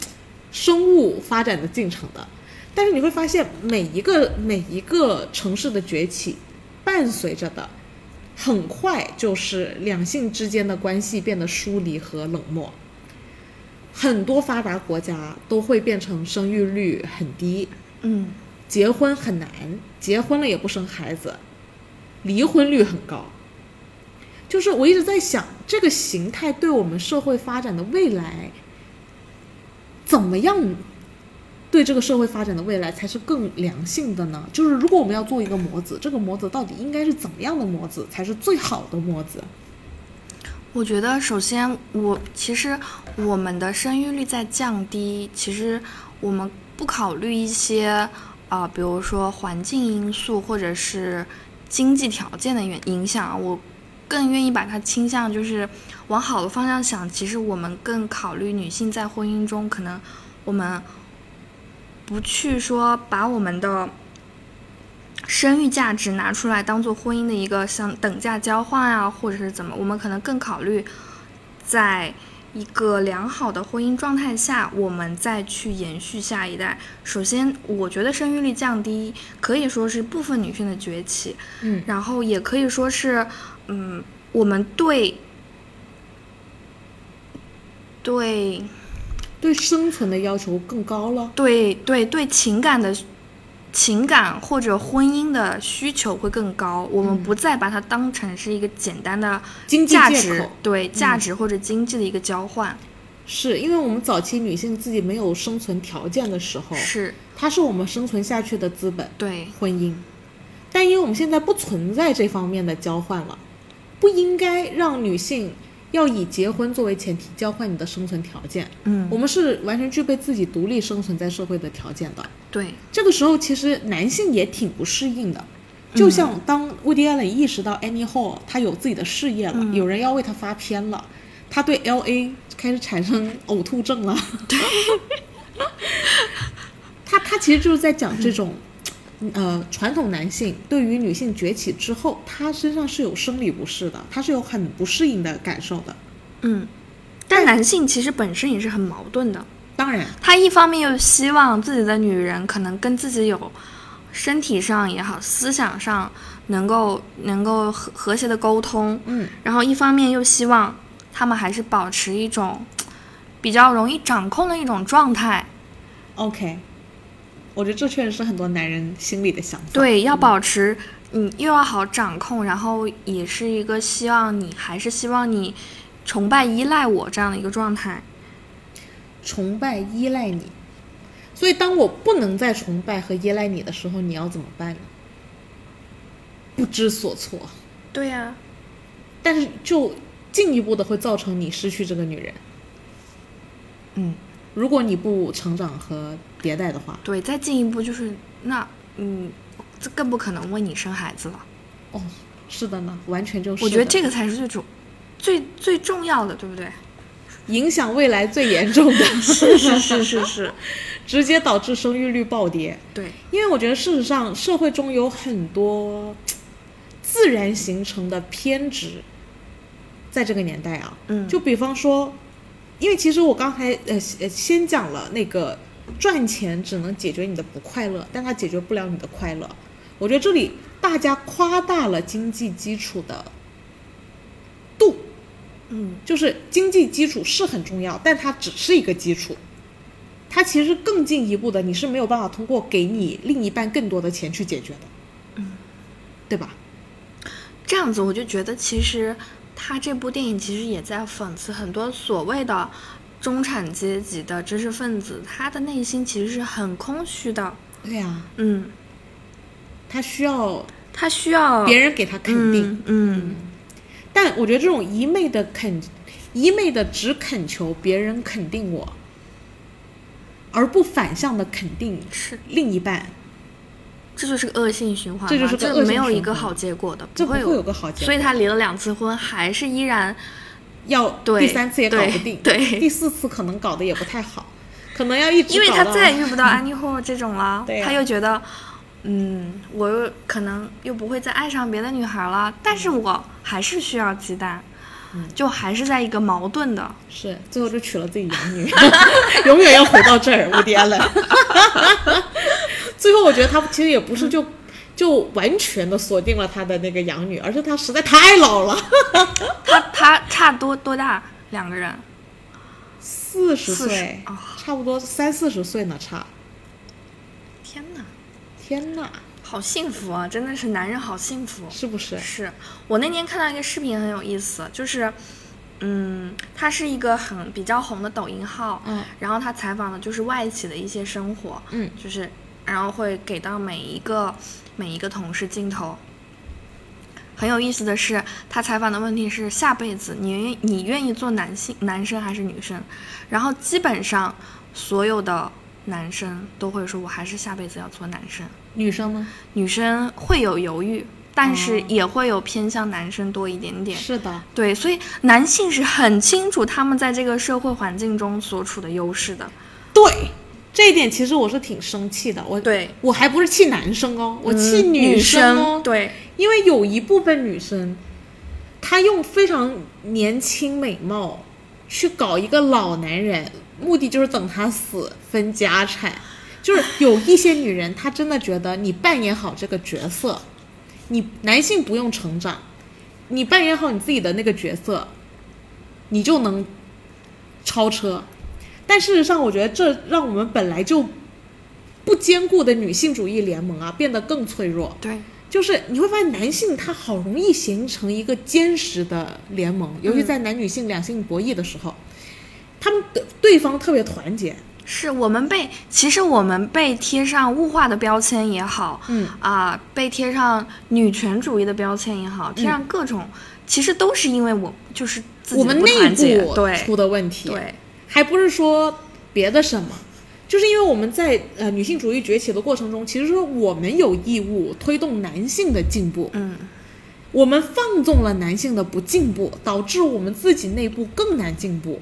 A: 生物发展的进程的。但是你会发现，每一个每一个城市的崛起，伴随着的很快就是两性之间的关系变得疏离和冷漠。很多发达国家都会变成生育率很低，
B: 嗯
A: 结婚很难，结婚了也不生孩子，离婚率很高。就是我一直在想，这个形态对我们社会发展的未来，怎么样对这个社会发展的未来才是更良性的呢？就是如果我们要做一个模子，这个模子到底应该是怎么样的模子才是最好的模子？
B: 我觉得，首先我其实我们的生育率在降低，其实我们不考虑一些啊、比如说环境因素或者是经济条件的原影响啊，我更愿意把它倾向就是往好的方向想。其实我们更考虑女性在婚姻中可能我们不去说把我们的生育价值拿出来当做婚姻的一个像等价交换啊，或者是怎么，我们可能更考虑在一个良好的婚姻状态下，我们再去延续下一代。首先，我觉得生育率降低可以说是部分女性的崛起，
A: 嗯，
B: 然后也可以说是，嗯，我们对对。
A: 对生存的要求更高了。
B: 对对对情感的情感或者婚姻的需求会更高，我们不再把它当成是一个简单的
A: 嗯经济
B: 价
A: 借
B: 值
A: 口，嗯
B: 对价值或者经济的一个交换，
A: 是因为我们早期女性自己没有生存条件的时候，
B: 是
A: 它是我们生存下去的资本，
B: 对
A: 婚姻。但因为我们现在不存在这方面的交换了，不应该让女性要以结婚作为前提交换你的生存条件。
B: 嗯
A: 我们是完全具备自己独立生存在社会的条件的。
B: 对
A: 这个时候，其实男性也挺不适应的。就像当 Woody Allen 意识到 Annie Hall 他有自己的事业了，有人要为他发片了，他对 LA 开始产生呕吐症了。对，他他其实就是在讲这种，呃，传统男性对于女性崛起之后，他身上是有生理不适的，他是有很不适应的感受的。
B: 嗯，但男性其实本身也是很矛盾的，
A: 当然，
B: 他一方面又希望自己的女人可能跟自己有身体上也好，思想上能够能够和和谐的沟通，
A: 嗯，
B: 然后一方面又希望他们还是保持一种比较容易掌控的一种状态，
A: OK，我觉得这确实是很多男人心里的想法。，
B: 对，要保持你又要好掌控，然后也是一个希望你还是希望你崇拜依赖我这样的一个状态，
A: 崇拜、依赖你。所以，当我不能再崇拜和依赖你的时候，你要怎么办呢？不知所措，
B: 对呀、
A: 但是就进一步的会造成你失去这个女人。
B: 嗯，
A: 如果你不成长和迭代的话，
B: 对，再进一步就是那嗯，这更不可能为你生孩子了。
A: 哦，是的呢，完全就是的。
B: 我觉得这个才是最主、最最重要的，对不对？
A: 影响未来最严重的， *laughs*
B: 是是是是是，
A: 直接导致生育率暴跌。
B: 对，
A: 因为我觉得事实上社会中有很多自然形成的偏执，在这个年代啊，
B: 嗯
A: 就比方说，因为其实我刚才呃呃先讲了那个赚钱只能解决你的不快乐，但它解决不了你的快乐。我觉得这里大家夸大了经济基础的度，
B: 嗯
A: 就是经济基础是很重要，但它只是一个基础。它其实更进一步的，你是没有办法通过给你另一半更多的钱去解决的，嗯，对吧？
B: 这样子我就觉得其实他这部电影其实也在讽刺很多所谓的中产阶级的知识分子，他的内心其实是很空虚的，
A: 对呀、
B: 嗯，
A: 他需要
B: 他需要
A: 别人给他肯定，
B: 嗯嗯
A: 但我觉得这种一昧的肯，一昧的只恳求别人肯定我，而不反向的肯定
B: 是，
A: 另一半，
B: 这就是个恶性循环嘛，
A: 这就是个恶性
B: 没有一
A: 循
B: 个
A: 环
B: 好结果的，
A: 这
B: 不会
A: 不会有个好结果
B: 所以他离了两次婚，还是依然
A: 要
B: 对
A: 第三次也搞不定，
B: 对对
A: 第四次可能搞得也不太好，可能要一直
B: 因为
A: 搞
B: 他
A: 到
B: 再也遇不到安妮霍这种了，
A: *laughs* 对呀
B: 他又觉得，嗯，我又可能又不会再爱上别的女孩了，但是我还是需要鸡蛋，
A: 嗯
B: 就还是在一个矛盾的，
A: 是，最后就娶了自己养女， *laughs* 永远要回到这儿，无敌了。 *laughs* 最后我觉得他其实也不是就就完全的锁定了他的那个养女，而是他实在太老了，
B: 他 *laughs* 他差多多大两个人？
A: 四十啊
B: 40
A: 岁
B: 哦，
A: 差不多三四十岁呢，差。
B: 天哪，
A: 天呐，
B: 好幸福啊！真的是男人好幸福。
A: 是不是？
B: 是我那天看到一个视频很有意思，就是，嗯，他是一个很比较红的抖音号，
A: 嗯
B: 然后他采访的就是外企的一些生活，
A: 嗯，
B: 就是然后会给到每一个每一个同事镜头。很有意思的是，他采访的问题是下辈子你愿你愿意做男性男生还是女生？然后基本上所有的男生都会说，我还是下辈子要做男生。
A: 女生呢？
B: 女生会有犹豫，但是
A: 哦
B: 也会有偏向男生多一点点。
A: 是的，
B: 对，所以男性是很清楚他们在这个社会环境中所处的优势的。
A: 对，这一点其实我是挺生气的，我
B: 对
A: 我还不是气男生哦，我气
B: 嗯女
A: 生哦，
B: 对，
A: 因为有一部分女生，她用非常年轻美貌去搞一个老男人，目的就是等他死分家产。就是有一些女人，她真的觉得你扮演好这个角色，你男性不用成长，你扮演好你自己的那个角色，你就能超车。但事实上，我觉得这让我们本来就不坚固的女性主义联盟啊变得更脆弱。
B: 对，
A: 就是你会发现男性他好容易形成一个坚实的联盟，尤其
B: 嗯
A: 在男女性两性博弈的时候，他们对对方特别团结。
B: 是我们被其实我们被贴上物化的标签也好，
A: 嗯
B: 啊、被贴上女权主义的标签也好，贴上各种，其实都是因为我就是自己
A: 嗯我们
B: 不
A: 内
B: 团结
A: 部
B: 对
A: 出的问题，
B: 对
A: 还不是说别的什么，就是因为我们在呃女性主义崛起的过程中，其实说我们有义务推动男性的进步，
B: 嗯
A: 我们放纵了男性的不进步，导致我们自己内部更难进步。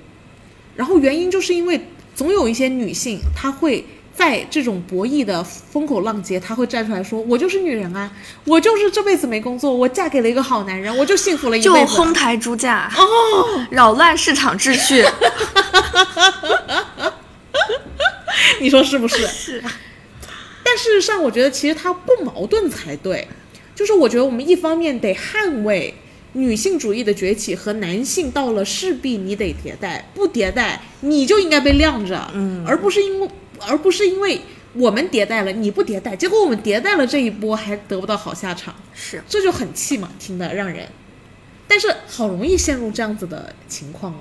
A: 然后原因就是因为总有一些女性，她会在这种博弈的风口浪尖，她会站出来说：“我就是女人啊，我就是这辈子没工作，我嫁给了一个好男人，我就幸福了一
B: 就
A: 辈子。”
B: 哄抬猪价哦， *laughs* 扰乱市场秩序
A: 你说是不 *laughs* 是？
B: 是
A: 但事实上，我觉得其实它不矛盾才对。就是我觉得我们一方面得捍卫女性主义的崛起和男性到了势必你得迭代，不迭代你就应该被晾着，嗯，而不是因为而不是因为我们迭代了你不迭代，结果我们迭代了这一波还得不到好下场，
B: 是
A: 这就很气嘛，听得让人。但是好容易陷入这样子的情况哦，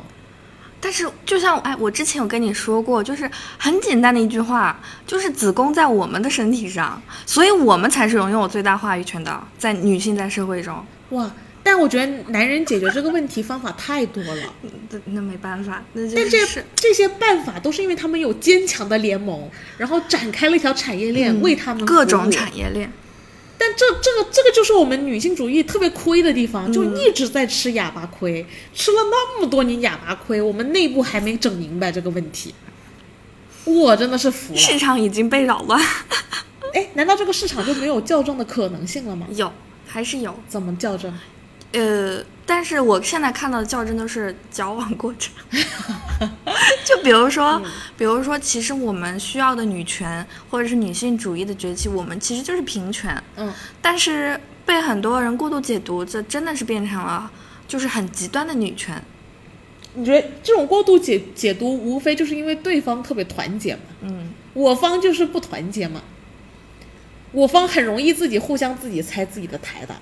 B: 但是，就像哎，我之前有跟你说过，就是很简单的一句话，就是子宫在我们的身体上，所以我们才是拥有最大话语权的，在女性在社会中，
A: 哇！但我觉得男人解决这个问题方法太多了。
B: 那那没办法，那就
A: 但
B: 是
A: 这
B: 是
A: 这些办法都是因为他们有坚强的联盟，然后展开了一条产业链、为他们
B: 嗯各
A: 服
B: 种
A: 务。
B: 产业链。
A: 但这这个这个就是我们女性主义特别亏的地方，
B: 嗯
A: 就一直在吃哑巴亏，吃了那么多年哑巴亏，我们内部还没整明白这个问题。我真的是服了，
B: 市场已经被扰乱，
A: 哎，难道这个市场就没有校正的可能性了吗？
B: 有还是有，
A: 怎么校正？
B: 呃，但是我现在看到的较真都是矫枉过正， *laughs* 就比如说，比如说，其实我们需要的女权或者是女性主义的崛起，我们其实就是平权，
A: 嗯，
B: 但是被很多人过度解读，这真的是变成了就是很极端的女权。
A: 你觉得这种过度解解读，无非就是因为对方特别团结嘛，
B: 嗯，
A: 我方就是不团结嘛，我方很容易自己互相自己拆自己的台的，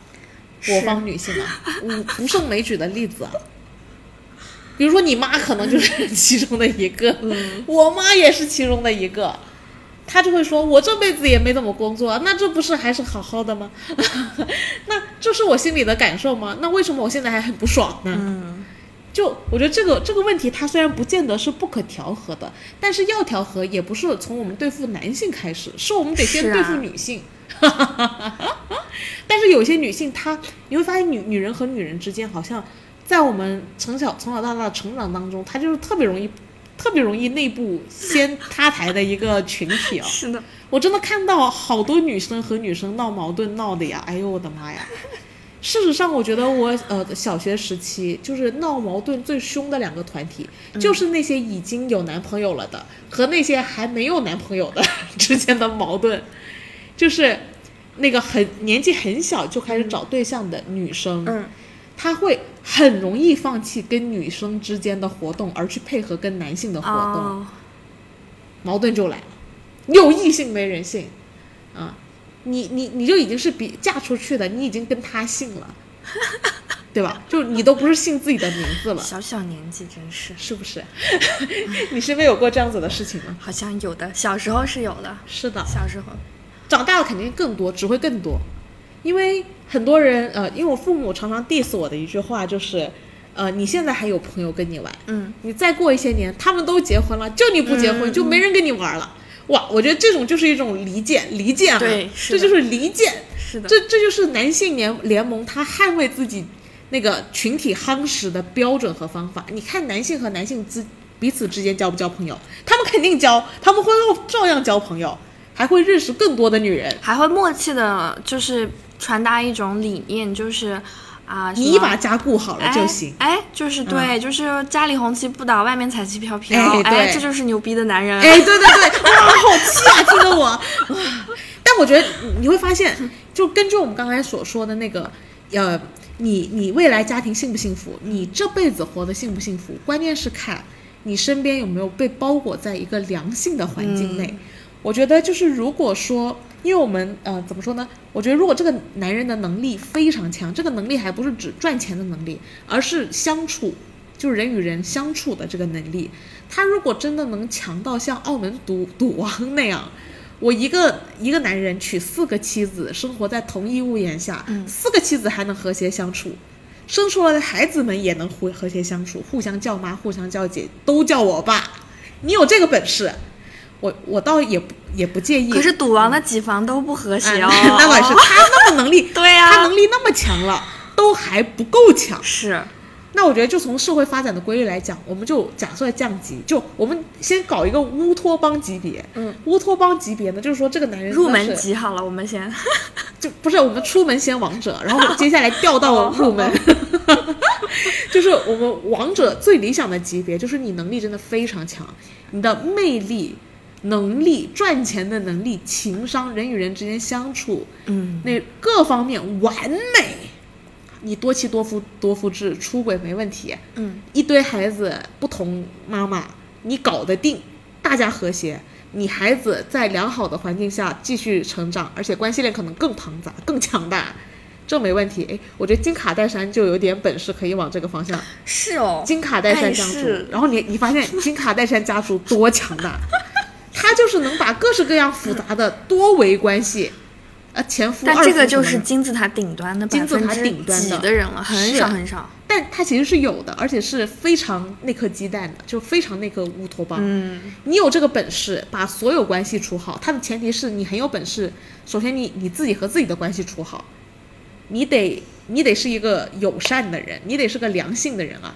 A: 我
B: 是
A: 方女性啊，我不胜枚举的例子啊。比如说你妈可能就是其中的一个，
B: 嗯
A: 我妈也是其中的一个，她就会说，我这辈子也没怎么工作，啊那这不是还是好好的吗？ *laughs* 那这是我心里的感受吗？那为什么我现在还很不爽呢？
B: 嗯
A: 就我觉得这个这个问题，它虽然不见得是不可调和的，但是要调和也不是从我们对付男性开始，是我们得先
B: 是啊
A: 对付女性。 *laughs* 但是有些女性她，你会发现女女人和女人之间好像在我们从小从小到大的成长当中，她就是特别容易。特别容易内部先塌台的一个群体哦，
B: 是的，
A: 我真的看到好多女生和女生闹矛盾闹的呀，哎呦我的
B: *laughs*
A: 妈呀！事实上，我觉得我呃小学时期就是闹矛盾最凶的两个团体，
B: 嗯
A: 就是那些已经有男朋友了的和那些还没有男朋友的之间的矛盾，就是那个很年纪很小就开始找对象的女生，
B: 嗯，
A: 她会很容易放弃跟女生之间的活动，而去配合跟男性的活动。
B: 哦，
A: 矛盾就来了，有异性没人性，啊，你你你就已经是比嫁出去的，你已经跟他姓了， *laughs* 对吧？就你都不是姓自己的名字了，
B: 小小年纪真是，
A: 是不是？ *laughs* 你身边有过这样子的事情吗？
B: 好像有的，小时候是有的，
A: 是的，
B: 小时候，
A: 长大了肯定更多，只会更多，因为很多人呃，因为我父母常常 diss 我的一句话就是，呃，你现在还有朋友跟你玩，
B: 嗯，
A: 你再过一些年，他们都结婚了，就你不结婚，就
B: 嗯
A: 没人跟你玩了。哇，我觉得这种就是一种离间，离间啊，
B: 对是
A: 这
B: 的
A: 就是离间，
B: 是的，
A: 这这就是男性联联盟他捍卫自己那个群体夯实的标准和方法。你看男性和男性之彼此之间交不交朋友？他们肯定交，他们婚后照样交朋友，还会认识更多的女人。
B: 还会默契的，就是传达一种理念，就是啊，什么
A: 你把家顾好了就行。嗯
B: 哎，哎就是对，就是家里红旗不倒，外面彩旗飘飘。
A: 哎对
B: 这就是牛逼的男人。
A: 哎，对对对，哇，好气啊！听得我，哇！但我觉得你会发现，就根据我们刚才所说的那个，呃，你你未来家庭幸不幸福，你这辈子活得幸不幸福，关键是看你身边有没有被包裹在一个良性的环境内。我觉得就是如果说，因为我们呃怎么说呢？我觉得如果这个男人的能力非常强，这个能力还不是指赚钱的能力，而是相处，就是人与人相处的这个能力。他如果真的能强到像澳门赌赌王那样， *laughs* 我一个一个男人娶四个妻子，生活在同一屋檐下，
B: 嗯
A: 四个妻子还能和谐相处，生出来的孩子们也能和和谐相处，互相叫妈，互相叫姐，都叫我爸。你有这个本事，我我倒也不也不介意。
B: 可是赌王的几房都不和
A: 哎
B: 谐哦。
A: *laughs* 那那管
B: *laughs*
A: 是他那么能力，
B: 对呀
A: 他能力那么强了，都还不够强。
B: 是，
A: 哎那我觉得，就从社会发展的规律来讲，我们就假设降级，就我们先搞一个乌托邦级别。
B: 嗯，
A: 乌托邦级别呢，就是说这个男人
B: 入
A: 真的
B: 门
A: 是
B: 级好了，我们先。
A: 就不是我们出门先王者，然后我们接下来调
B: *laughs* 哦
A: 到入门， *laughs* 就是我们王者最理想的级别，就是你能力真的非常强，你的魅力、能力、赚钱的能力、情商、人与人之间相处，
B: 嗯，
A: 那各方面完美，你多妻多夫多夫制出轨没问题，
B: 嗯，
A: 一堆孩子不同妈妈，你搞得定，大家和谐，你孩子在良好的环境下继续成长，而且关系链可能更庞杂、更强大，这没问题。哎，我觉得金卡戴珊就有点本事，可以往这个方
B: *laughs*
A: 向。
B: 是哦。
A: 金卡戴珊家
B: 哎
A: 族
B: 是，
A: 然后你你发现金卡戴珊家族多强大，他就是能把各式各样复杂的多维关系，呃，前夫、
B: 但
A: 二
B: 这
A: 夫
B: 个
A: 什么
B: 就是
A: 的
B: 金字塔顶端的
A: 金
B: 百
A: 字
B: 分
A: 塔
B: 之
A: 顶端的
B: 几的人了，很
A: 是
B: 少很少。
A: 但它其实是有的，而且是非常那颗鸡蛋的，就非常那颗乌托邦。
B: 嗯，
A: 你有这个本事把所有关系处好，它的前提是你很有本事。首先你，你自己和自己的关系处好，你得你得是一个友善的人，你得是个良性的人啊，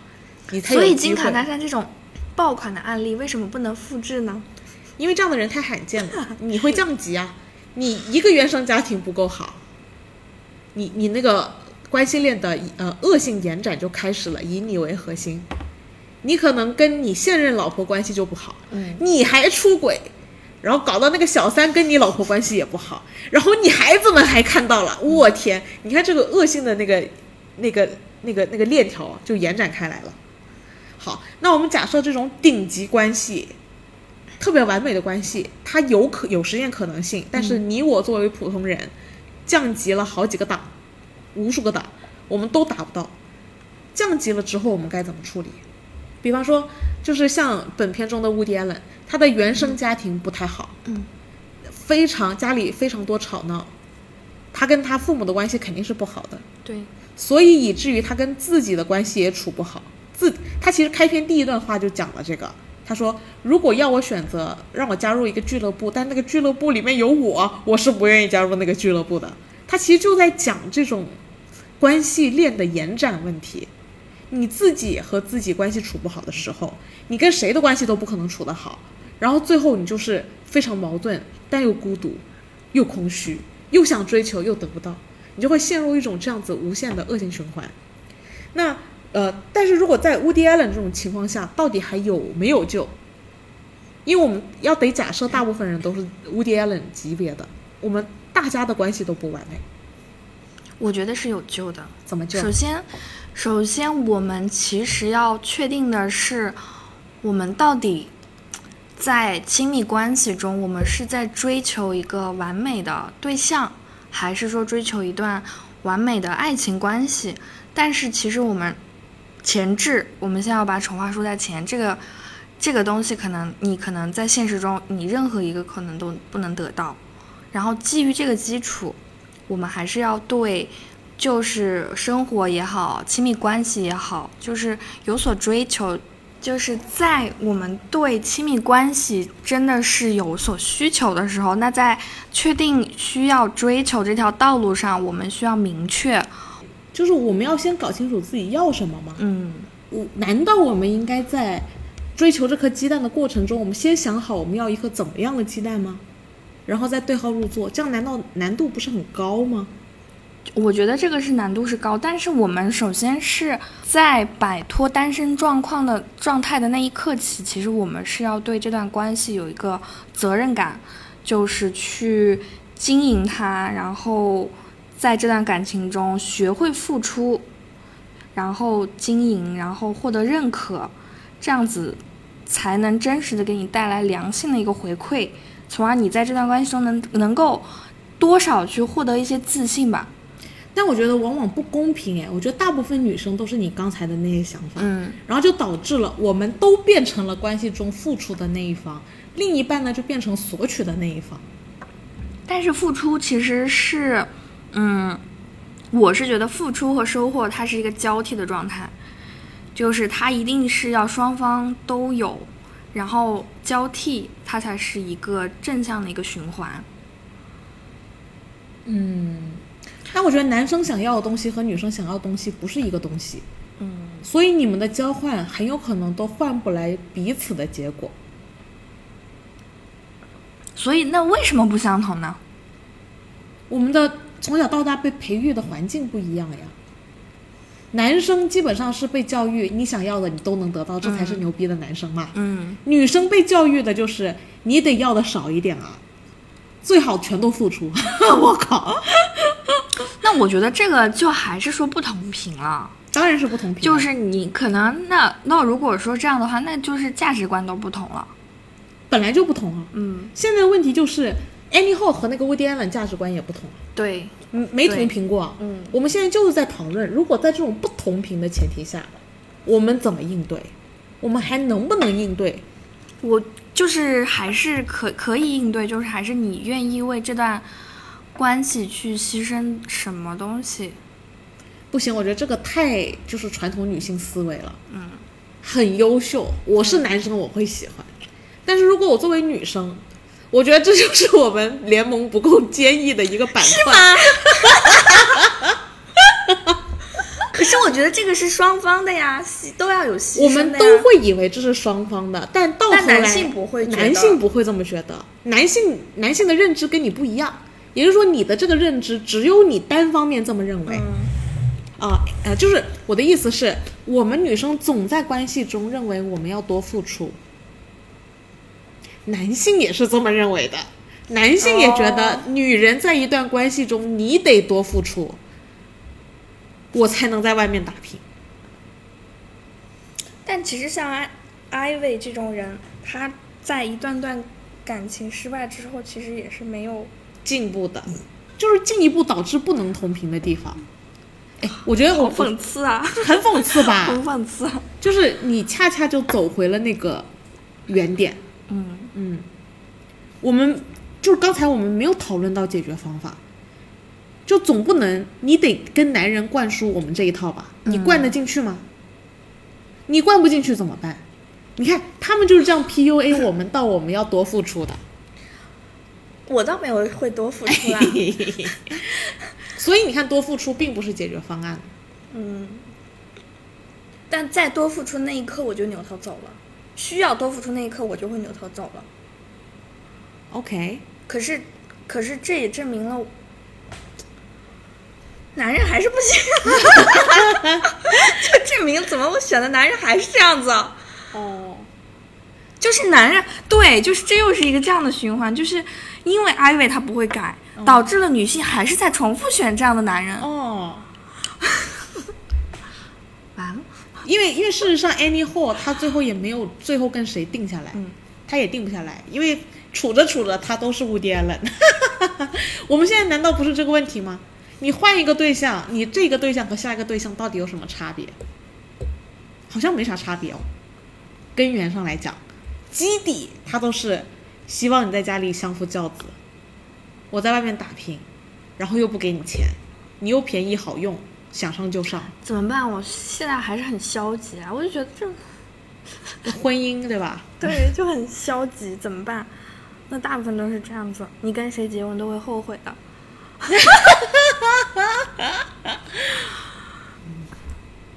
A: 你才有
B: 所以
A: 机
B: 金卡
A: 会
B: 戴珊这种爆款的案例为什么不能复制呢？
A: 因为这样的人太罕见了， *laughs* 你会降级啊！你一个原生家庭不够好，你你那个关系链的呃恶性延展就开始了，以你为核心，你可能跟你现任老婆关系就不好，
B: 嗯，
A: 你还出轨，然后搞到那个小三跟你老婆关系也不好，然后你孩子们还看到了，我天！你看这个恶性的那个那个那个那个链条啊就延展开来了。好，那我们假设这种顶级关系，特别完美的关系，它有可有实现可能性，但是你我作为普通人，降级了好几个档，无数个档，我们都达不到。降级了之后，我们该怎么处理？比方说，就是像本片中的乌迪艾伦，他的原生家庭不太好，
B: 嗯，
A: 非常家里非常多吵闹，他跟他父母的关系肯定是不好的，
B: 对，
A: 所以以至于他跟自己的关系也处不好。自他其实开篇第一段话就讲了这个，他说：“如果要我选择，让我加入一个俱乐部，但那个俱乐部里面有我，我是不愿意加入那个俱乐部的。”他其实就在讲这种关系链的延展问题。你自己和自己关系处不好的时候，你跟谁的关系都不可能处得好，然后最后你就是非常矛盾，但又孤独，又空虚，又想追求又得不到，你就会陷入一种这样子无限的恶性循环。那呃，但是如果在 Woody Allen 这种情况下，到底还有没有救？因为我们要得假设大部分人都是 Woody Allen 级别的，我们大家的关系都不完美，
B: 我觉得是有救的。
A: 怎么救？
B: 首先，首先我们其实要确定的是，我们到底在亲密关系中，我们是在追求一个完美的对象，还是说追求一段完美的爱情关系？但是其实我们前置，我们先要把丑话说在前，这个这个东西可能你可能在现实中你任何一个可能都不能得到，然后基于这个基础，我们还是要对。就是生活也好，亲密关系也好，就是有所追求，就是在我们对亲密关系真的是有所需求的时候，那在确定需要追求这条道路上，我们需要明确，
A: 就是我们要先搞清楚自己要什么吗？
B: 嗯，
A: 我难道我们应该在追求这颗鸡蛋的过程中，我们先想好我们要一颗怎么样的鸡蛋吗？然后再对号入座，这样难道难度不是很高吗？
B: 我觉得这个是难度是高，但是我们首先是在摆脱单身状况的状态的那一刻起，其实我们是要对这段关系有一个责任感，就是去经营它，然后在这段感情中学会付出，然后经营，然后获得认可，这样子才能真实的给你带来良性的一个回馈，从而你在这段关系中能能够多少去获得一些自信吧。
A: 但我觉得往往不公平哎，我觉得大部分女生都是你刚才的那些想法，
B: 嗯，
A: 然后就导致了我们都变成了关系中付出的那一方，另一半呢就变成索取的那一方。
B: 但是付出其实是，嗯，我是觉得付出和收获它是一个交替的状态，就是它一定是要双方都有，然后交替，它才是一个正向的一个循环。
A: 但我觉得男生想要的东西和女生想要的东西不是一个东西，
B: 嗯，
A: 所以你们的交换很有可能都换不来彼此的结果。
B: 所以那为什么不相同呢？
A: 我们的从小到大被培育的环境不一样呀。男生基本上是被教育，你想要的你都能得到，这才是牛逼的男生嘛。
B: 嗯，
A: 女生被教育的就是你得要的少一点啊，最好全都付出。 *laughs* 我靠，
B: 那我觉得这个就还是说不同频了。
A: 当然是不同频，
B: 就是你可能那那如果说这样的话，那就是价值观都不同了。
A: 本来就不同啊。
B: 嗯，
A: 现在问题就是 Annie Hall 和那个 Woody Allen 价值观也不同啊，
B: 对，
A: 嗯没
B: 对
A: 同频过啊。
B: 嗯，
A: 我们现在就是在讨论，如果在这种不同频的前提下，我们怎么应对？我们还能不能应对？
B: 我就是还是可可以应对，就是还是你愿意为这段关系去牺牲什么东西。 *laughs*
A: 不行，我觉得这个太就是传统女性思维了。嗯，很优秀，我是男生我会喜欢，但是如果我作为女生，我觉得这就是我们联盟不够坚毅的一个板块。
B: 可是我觉得这个是双方的呀，牺都要有牺
A: 我们都会以为这是双方的，但到头来
B: 但男性不会觉得
A: 男性不会这么觉得，男性男性的认知跟你不一样，也就是说你的这个认知只有你单方面这么认为。
B: 嗯
A: 啊呃，就是我的意思是，我们女生总在关系中认为我们要多付出，男性也是这么认为的，男性也觉
B: 哦
A: 得女人在一段关系中你得多付出，我才能在外面打拼。
B: 但其实像艾艾薇这种人，他在一段段感情失败之后，其实也是没有
A: 进步的，
B: 嗯
A: 就是进一步导致不能同频的地方。哎，我觉得我
B: 讽刺啊，
A: 很讽刺
B: *laughs*
A: 吧，
B: 很讽刺。啊
A: 就是你恰恰就走回了那个原点。
B: 嗯，
A: 嗯，我们就是刚才我们没有讨论到解决方法，就总不能你得跟男人灌输我们这一套吧？你灌得进去吗？你灌不进去怎么办？你看他们就是这样 PUA 我们，到我们要多付出的。
B: 我倒没有会多付出啦。
A: *laughs* 所以你看，多付出并不是解决方案。
B: 嗯，但再多付出那一刻，我就扭头走了。需要多付出那一刻，我就会扭头走了。
A: OK，
B: 可是，可是这也证明了我，男人还是不行， *laughs* 就证明怎么我选的男人还是这样子啊。
A: 哦，
B: 就是男人，对，就是这又是一个这样的循环，就是因为艾薇她不会改，导致了女性还是在重复选这样的男人。
A: 哦，
B: 完了，
A: 因为因为事实上，Annie Hall 她最后也没有最后跟谁定下来，
B: 嗯
A: 她也定不下来，因为处着处着她都是 Woody Allen。我们现在难道不是这个问题吗？你换一个对象，你这个对象和下一个对象到底有什么差别？好像没啥差别哦。根源上来讲，基底它都是希望你在家里相夫教子，我在外面打拼，然后又不给你钱，你又便宜好用，想上就上。
B: 怎么办？我现在还是很消极啊，我就觉得这。
A: 婚姻对吧？
B: *laughs* 对，就很消极，怎么办？那大部分都是这样子，你跟谁结婚都会后悔的。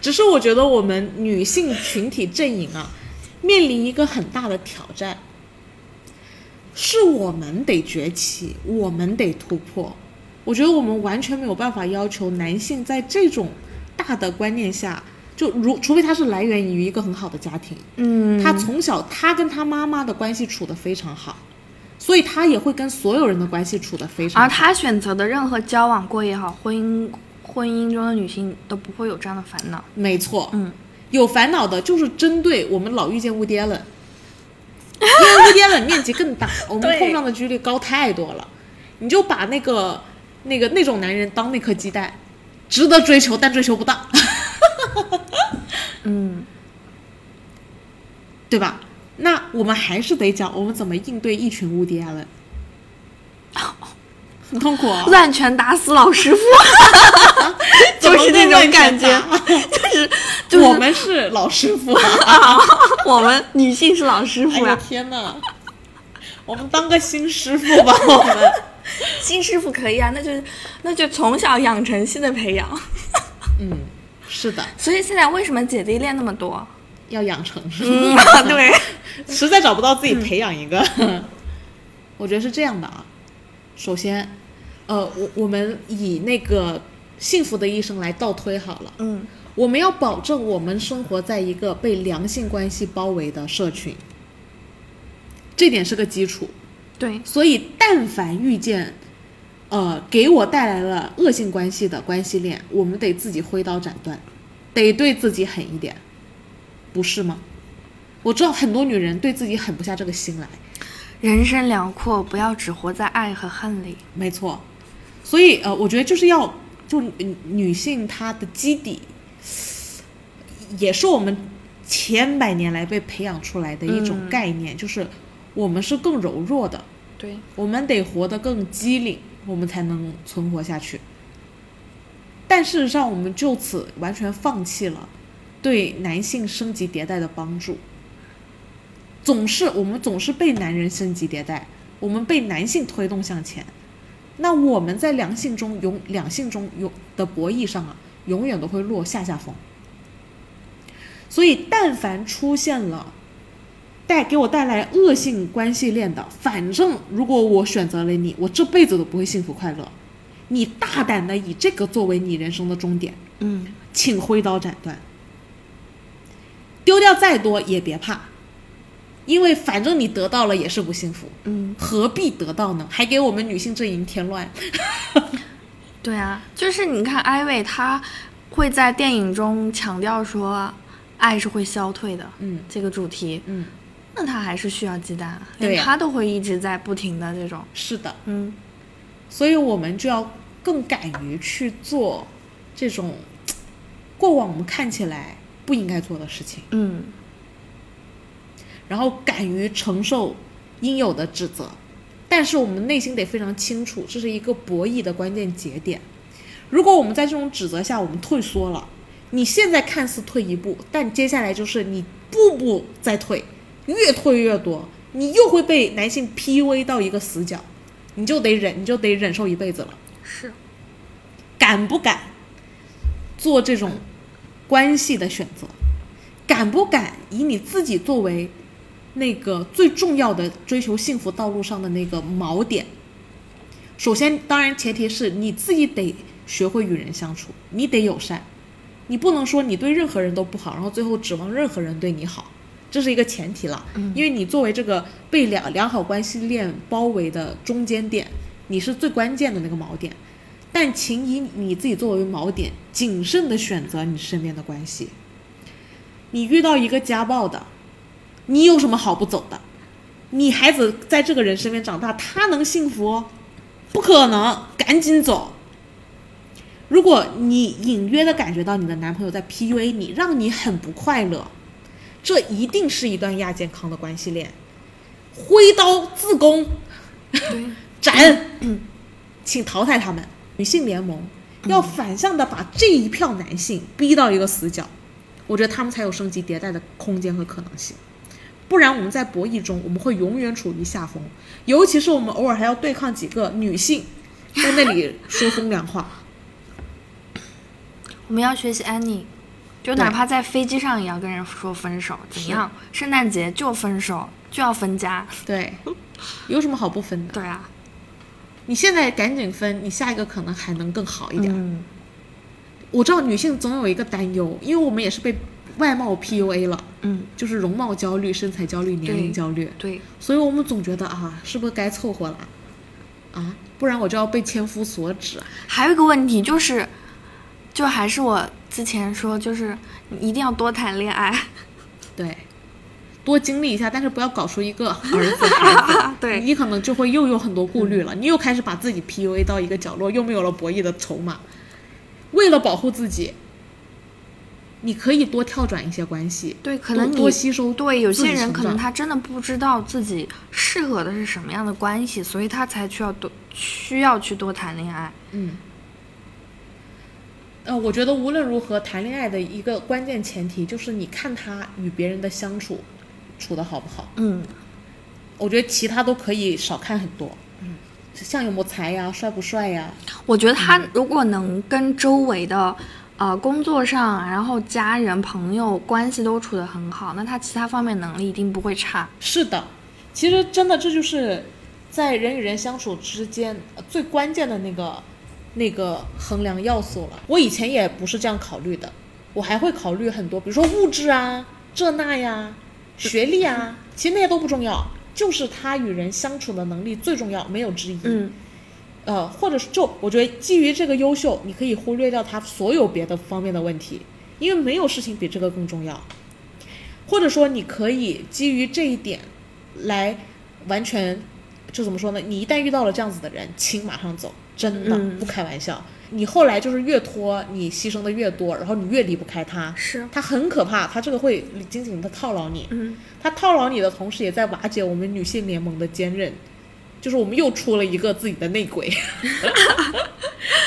A: 只是我觉得我们女性群体阵营啊，面临一个很大的挑战，是我们得崛起，我们得突破。我觉得我们完全没有办法要求男性在这种大的观念下，就如除非他是来源于一个很好的家庭，
B: 嗯，
A: 他从小他跟他妈妈的关系处得非常好，所以他也会跟所有人的关系处得非常好。
B: 而他选择的任何交往过也好，婚姻婚姻中的女性都不会有这样的烦恼。
A: 没错，
B: 嗯，
A: 有烦恼的就是针对我们老遇见 Woody Allen，因为 Woody Allen 面积更大，我们
B: *laughs* 对
A: 碰上的几率高太多了。你就把那个那个那种男人当那颗鸡蛋，值得追求但追求不到， *laughs*
B: 嗯，
A: 对吧？那我们还是得讲我们怎么应对一群 Woody
B: *laughs*
A: Allen，很痛苦、哦。
B: *laughs* 乱拳打死老师傅， *laughs* 就是那种感觉，就是 *laughs* 就是
A: 我们是老师傅、啊。
B: *laughs* 啊，我们女性是老师
A: 哎
B: 傅
A: 呦
B: 呀，
A: 天哪！我们当个新师傅吧，我们。
B: 新师傅可以啊，那就那就从小养成系的培养。 *laughs*
A: 嗯，是的，
B: 所以现在为什么姐弟恋那么多？
A: 要养成是吗？
B: *laughs* 嗯，对，
A: *laughs* 实在找不到自己培养一个， *laughs* 我觉得是这样的啊。首先，呃，我我们以那个幸福的一生来倒推好了，
B: 嗯
A: 我们要保证我们生活在一个被良性关系包围的社群，这点是个基础。
B: 对，
A: 所以，但凡遇见，呃，给我带来了恶性关系的关系链，我们得自己挥刀斩断，得对自己狠一点，不是吗？我知道很多女人对自己狠不下这个心来，
B: 人生辽阔，不要只活在爱和恨里。
A: 没错。所以，呃，我觉得就是要，就女女性她的基底，也是我们千百年来被培养出来的一种
B: 嗯
A: 概念，就是我们是更柔弱的，
B: 对，
A: 我们得活得更机灵，我们才能存活下去。但事实上，我们就此完全放弃了对男性升级迭代的帮助。总是我们总是被男人升级迭代，我们被男性推动向前。那我们在两性中永两性中永的博弈上啊，永远都会落下下风。所以，但凡出现了带给我带来恶性关系链的，反正如果我选择了你，我这辈子都不会幸福快乐。你大胆的以这个作为你人生的终点，
B: 嗯，
A: 请挥刀斩断，丢掉再多也别怕，因为反正你得到了也是不幸福，
B: 嗯，
A: 何必得到呢？还给我们女性阵营添乱。
B: 对啊，就是你看艾薇，她会在电影中强调说，爱是会消退的，
A: 嗯
B: 这个主题，
A: 嗯，
B: 那她还是需要鸡蛋啊，
A: 对呀
B: 连她都会一直在不停的这种，
A: 是的，
B: 嗯，
A: 所以我们就要更敢于去做这种过往我们看起来不应该做的事情。
B: 嗯，
A: 然后敢于承受应有的指责。但是我们内心得非常清楚，这是一个博弈的关键节点。如果我们在这种指责下，我们退缩了，你现在看似退一步，但接下来就是你步步在退，越退越多，你又会被男性 PUA 到一个死角，你就得忍，你就得忍受一辈子了。
B: 是，
A: 敢不敢做这种关系的选择？敢不敢以你自己作为那个最重要的追求幸福道路上的那个锚点？首先，当然前提是你自己得学会与人相处，你得友善，你不能说你对任何人都不好，然后最后指望任何人对你好，这是一个前提了。
B: 嗯
A: 因为你作为这个被良良好关系链包围的中间点，你是最关键的那个锚点。但请以你自己作为锚点，谨慎的选择你身边的关系。你遇到一个家暴的，你有什么好不走的？你孩子在这个人身边长大，他能幸福哦？不可能，赶紧走。如果你隐约的感觉到你的男朋友在 PUA 你，让你很不快乐，这一定是一段亚健康的关系链。挥刀自宫，
B: 对，
A: 斩， *clears throat* 请淘汰他们。女性联盟要反向的把这一票男性逼到一个死角，我觉得他们才有升级迭代的空间和可能性。不然我们在博弈中，我们会永远处于下风，尤其是我们偶尔还要对抗几个女性在那里说风凉话。
B: 我们要学习安妮，就哪怕在飞机上也要跟人说分手，怎样？圣诞节就分手，就要分家。
A: 对，有什么好不分的？
B: 对啊，
A: 你现在赶紧分，你下一个可能还能更好一点。
B: 嗯，
A: 我知道女性总有一个担忧，因为我们也是被外貌 PUA 了，
B: 嗯，
A: 就是容貌焦虑、身材焦虑、年龄
B: 对
A: 焦虑，
B: 对，
A: 所以我们总觉得啊，是不是该凑合了啊？不然我就要被千夫所指。
B: 还有一个问题就是，就还是我之前说，就是你一定要多谈恋爱。 *laughs*
A: 对，多经历一下，但是不要搞出一个 *laughs* 儿子孩子。
B: 对，
A: 你可能就会又有很多顾虑了，你又开始把自己 PUA 到一个角落，又没有了博弈的筹码。为了保护自己，你可以多跳转一些关系，
B: 对，可能
A: 多
B: 你
A: 多吸收
B: 对有
A: 自己
B: 些人
A: 成
B: 可能
A: 长
B: 他真的不知道自己适合的是什么样的关系，所以他才需要多需要去多谈恋爱。
A: 嗯。呃，我觉得无论如何，谈恋爱的一个关键前提就是你看他与别人的相处处的好不好。
B: 嗯，
A: 我觉得其他都可以少看很多，嗯，像有没有才呀，帅不帅呀，
B: 我觉得他如果能跟周围的，呃，工作上，然后家人、朋友关系都处得很好，那他其他方面能力一定不会差。
A: 是的，其实真的这就是在人与人相处之间呃最关键的那个那个衡量要素了。我以前也不是这样考虑的，我还会考虑很多，比如说物质啊、这那呀、学历啊，其实那些都不重要，就是他与人相处的能力最重要，没有之一。
B: 嗯，
A: 呃，或者是就我觉得基于这个优秀，你可以忽略掉他所有别的方面的问题，因为没有事情比这个更重要。或者说，你可以基于这一点来完全，就怎么说呢？你一旦遇到了这样子的人，请马上走，真的、
B: 嗯
A: 不开玩笑。你后来就是越拖，你牺牲的越多，然后你越离不开他，
B: 是，
A: 他很可怕，他这个会紧紧的套牢你。
B: 嗯，
A: 他套牢你的同时，也在瓦解我们女性联盟的坚韧，就是我们又出了一个自己的内鬼， *laughs*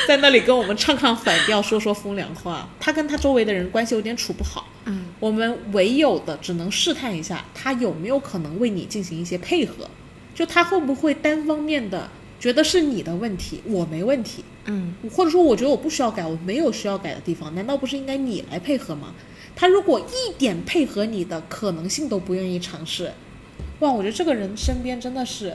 A: 在那里跟我们唱唱反调，说说风凉话。他跟他周围的人关系有点处不好，
B: 嗯，
A: 我们唯有的只能试探一下，他有没有可能为你进行一些配合，就他会不会单方面的觉得是你的问题，我没问题，
B: 嗯，
A: 或者说我觉得我不需要改，我没有需要改的地方，难道不是应该你来配合吗？他如果一点配合你的可能性都不愿意尝试，哇，我觉得这个人身边真的是，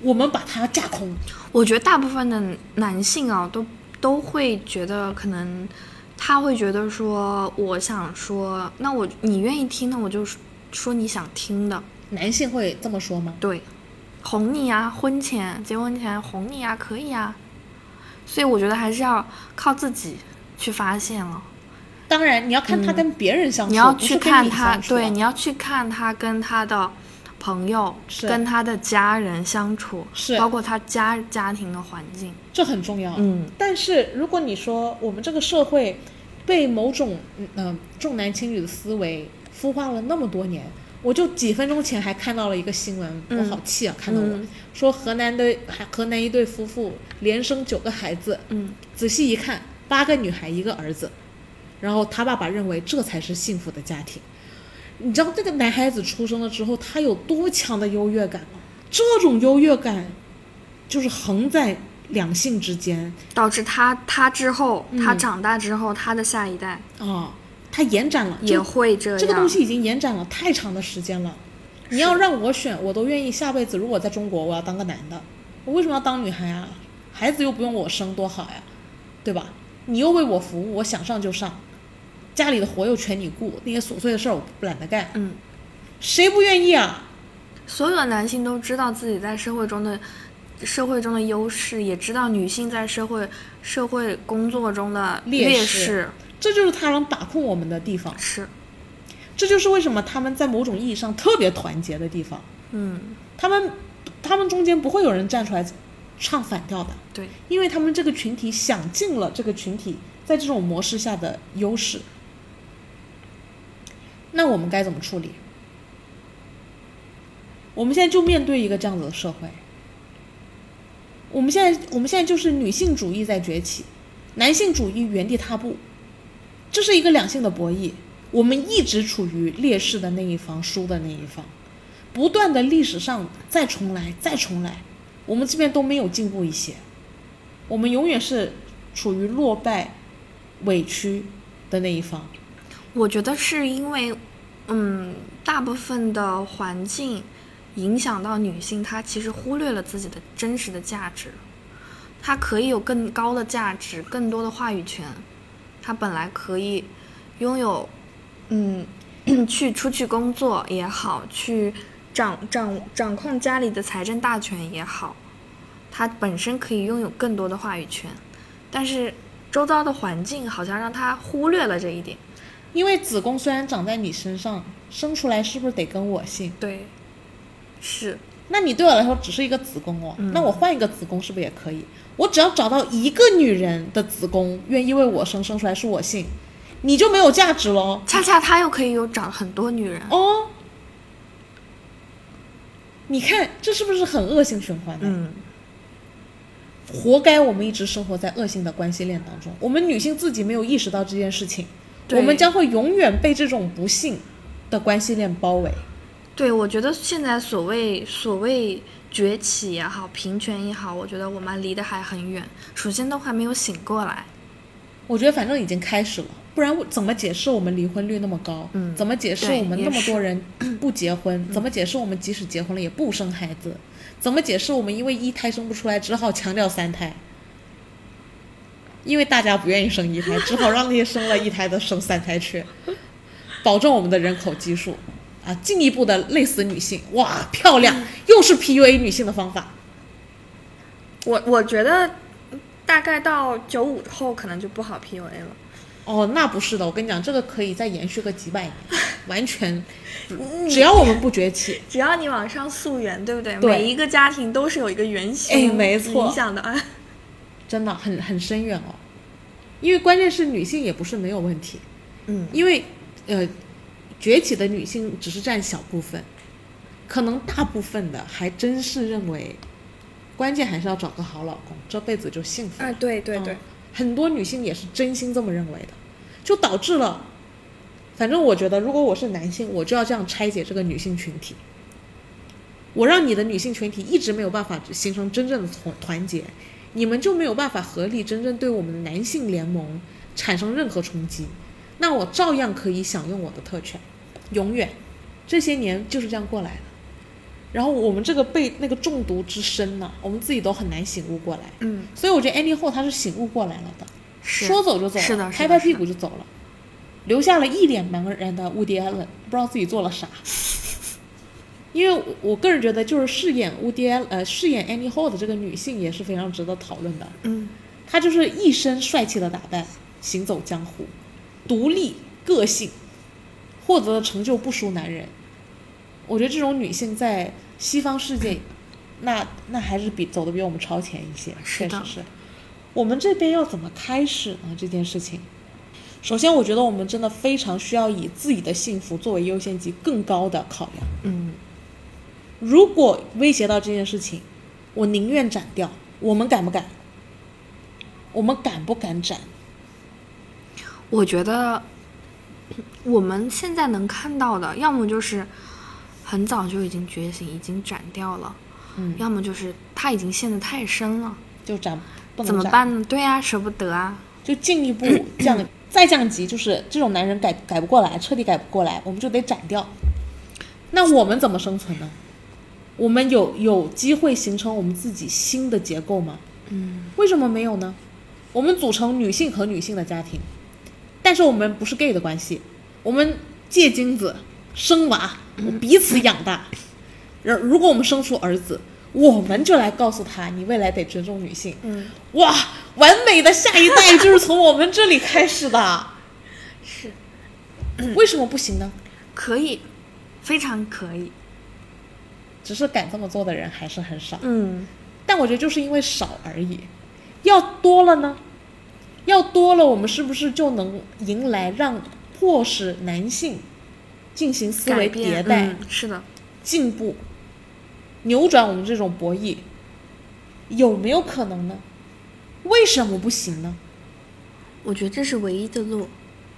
A: 我们把他架空，
B: 我觉得大部分的男性啊，都都会觉得可能他会觉得说，我想说，那我你愿意听，那我就说说你想听的，
A: 男性会这么说吗？
B: 对，哄你啊，婚前、结婚前哄你啊，可以啊。所以我觉得还是要靠自己去发现了。
A: 当然，你要看他跟别人相处，
B: 嗯你要
A: 不
B: 去
A: 是跟
B: 看
A: 你
B: 他，
A: 相处啊
B: 对，你要去看他跟他的朋友、
A: 是
B: 跟他的家人相处，
A: 是
B: 包括他家家庭的环境。
A: 这很重要。
B: 嗯，
A: 但是如果你说我们这个社会被某种嗯、呃重男轻女的思维孵化了那么多年，我就几分钟前还看到了一个新闻，
B: 嗯
A: 我好气啊！看到我、
B: 嗯
A: 说河南的河南一对夫妇连生九个孩子，
B: 嗯，
A: 仔细一看，八个女孩一个儿子，然后他爸爸认为这才是幸福的家庭。你知道这个男孩子出生了之后，他有多强的优越感吗？这种优越感就是横在两性之间
B: 导致他他之后，他
A: 嗯
B: 长大之后，他的下一代
A: 啊、它延展了，
B: 也
A: 就
B: 会这样。
A: 这个东西已经延展了太长的时间了。你要让我选，我都愿意下辈子如果在中国，我要当个男的，我为什么要当女孩啊？孩子又不用我生，多好呀，对吧？你又为我服务，我想上就上，家里的活又全你顾，那些琐碎的事儿我不懒得干，
B: 嗯，
A: 谁不愿意啊？
B: 所有的男性都知道自己在社会中的社会中的优势，也知道女性在社会社会工作中的
A: 劣
B: 劣
A: 势
B: 势。
A: 这就是他能把控我们的地方，
B: 是，
A: 这就是为什么他们在某种意义上特别团结的地方，
B: 嗯，
A: 他们他们中间不会有人站出来唱反调的，
B: 对，
A: 因为他们这个群体想尽了这个群体在这种模式下的优势。那我们该怎么处理？我们现在就面对一个这样子的社会。我们现在，我们现在就是女性主义在崛起，男性主义原地踏步，这是一个两性的博弈。我们一直处于劣势的那一方，输的那一方，不断的历史上再重来，再重来，我们这边都没有进步一些。我们永远是处于落败、委屈的那一方。
B: 我觉得是因为，嗯，大部分的环境影响到女性，她其实忽略了自己的真实的价值，她可以有更高的价值，更多的话语权，她本来可以拥有，嗯， *coughs* 去出去工作也好，去掌掌掌控家里的财政大权也好，她本身可以拥有更多的话语权，但是周遭的环境好像让她忽略了这一点。
A: 因为子宫虽然长在你身上，生出来是不是得跟我姓？
B: 对，是，
A: 那你对我来说只是一个子宫哦，那我换一个子宫是不是也可以？我只要找到一个女人的子宫愿意为我生，生出来是我姓，你就没有价值喽。
B: 恰恰他又可以有长很多女人。
A: 哦，你看这是不是很恶性循环呢？
B: 嗯，
A: 活该我们一直生活在恶性的关系链当中。我们女性自己没有意识到这件事情，
B: 对
A: 我们将会永远被这种不幸的关系链包围。
B: 对，我觉得现在所谓所谓崛起也好，平权也好，我觉得我们离得还很远。首先都还没有醒过来。
A: 我觉得反正已经开始了，不然我怎么解释我们离婚率那么高？
B: 嗯
A: 怎么解释
B: 对
A: 我们
B: 也
A: 那么
B: 是嗯
A: 多
B: *clears throat*
A: 人不结婚？怎么解释我们即使结婚了也不生孩子？怎么解释我们因为一胎生不出来，只好强调三胎？因为大家不愿意生一胎，只好让那些生了一胎的生三胎去，保证我们的人口基数啊，进一步的累死女性。哇，漂亮，
B: 嗯
A: 又是 PUA 女性的方法。
B: 我我觉得大概到九五后可能就不好 PUA 了。
A: 哦，那不是的，我跟你讲，这个可以再延续个几百年，完全，
B: 嗯
A: 只要我们不崛起，
B: 只要你往上溯源，对不对？
A: 对
B: 每一个家庭都是有一个原型
A: 哎没错
B: 影响的 *laughs* 啊。
A: 真的很很深远哦。因为关键是女性也不是没有问题，
B: 嗯，
A: 因为呃，崛起的女性只是占小部分，可能大部分的还真是认为，关键还是要找个好老公，这辈子就幸福了。
B: 啊，对对对
A: 嗯，很多女性也是真心这么认为的，就导致了，反正我觉得，如果我是男性，我就要这样拆解这个女性群体。我让你的女性群体一直没有办法形成真正的团团结，你们就没有办法合力真正对我们的男性联盟产生任何冲击，那我照样可以享用我的特权，永远，这些年就是这样过来的。然后我们这个被那个中毒之深呢、我们自己都很难醒悟过来。
B: 嗯，
A: 所以我觉得 Annie Ho 她是醒悟过来了的，
B: 是
A: 说走就走了，
B: 是的，是
A: 拍拍
B: 的是
A: 屁
B: 的
A: 股就走了，留下了一脸茫然的 Woody Allen，不知道自己做了
B: *laughs*
A: 啥。因为我我个人觉得，就是饰演 Woody Allen 呃饰演 Annie Ho 的这个女性也是非常值得讨论的。
B: 嗯，
A: 她就是一身帅气的打扮，行走江湖，独立个性，获得的成就不输男人。我觉得这种女性在西方世界，那那还是比走的比我们超前一些，
B: 是
A: 确实
B: 的
A: 是。我们这边要怎么开始呢？这件事情，首先我觉得我们真的非常需要以自己的幸福作为优先级更高的考量。
B: 嗯，
A: 如果威胁到这件事情，我宁愿斩掉。我们敢不敢？我们敢不敢斩？
B: 我觉得我们现在能看到的，要么就是很早就已经觉醒，已经斩掉了；
A: 嗯，
B: 要么就是它已经陷得太深了，
A: 就斩，不能
B: 怎么
A: 斩？
B: 办呢？对呀、舍不得啊。
A: 就进一步降，再降级，就是这种男人改改不过来，彻底改不过来，我们就得斩掉。那我们怎么生存呢？我们有有机会形成我们自己新的结构吗？
B: 嗯，
A: 为什么没有呢？我们组成女性和女性的家庭，但是我们不是 gay 的关系，我们借精子生娃，彼此养大。然如果我们生出儿子，我们就来告诉他，你未来得尊重女性。
B: 嗯，
A: 哇，完美的下一代就是从我们这里开始的，
B: *laughs* 是
A: *coughs* 为什么不行呢？
B: 可以，非常可以。
A: 只是敢这么做的人还是很少。
B: 嗯，
A: 但我觉得就是因为少而已，要多了呢，要多了，我们是不是就能迎来让迫使男性进行思维
B: 改
A: 迭
B: 变
A: 代、
B: 嗯是的，
A: 进步，扭转我们这种博弈，有没有可能呢？为什么不行呢？
B: 我觉得这是唯一的路。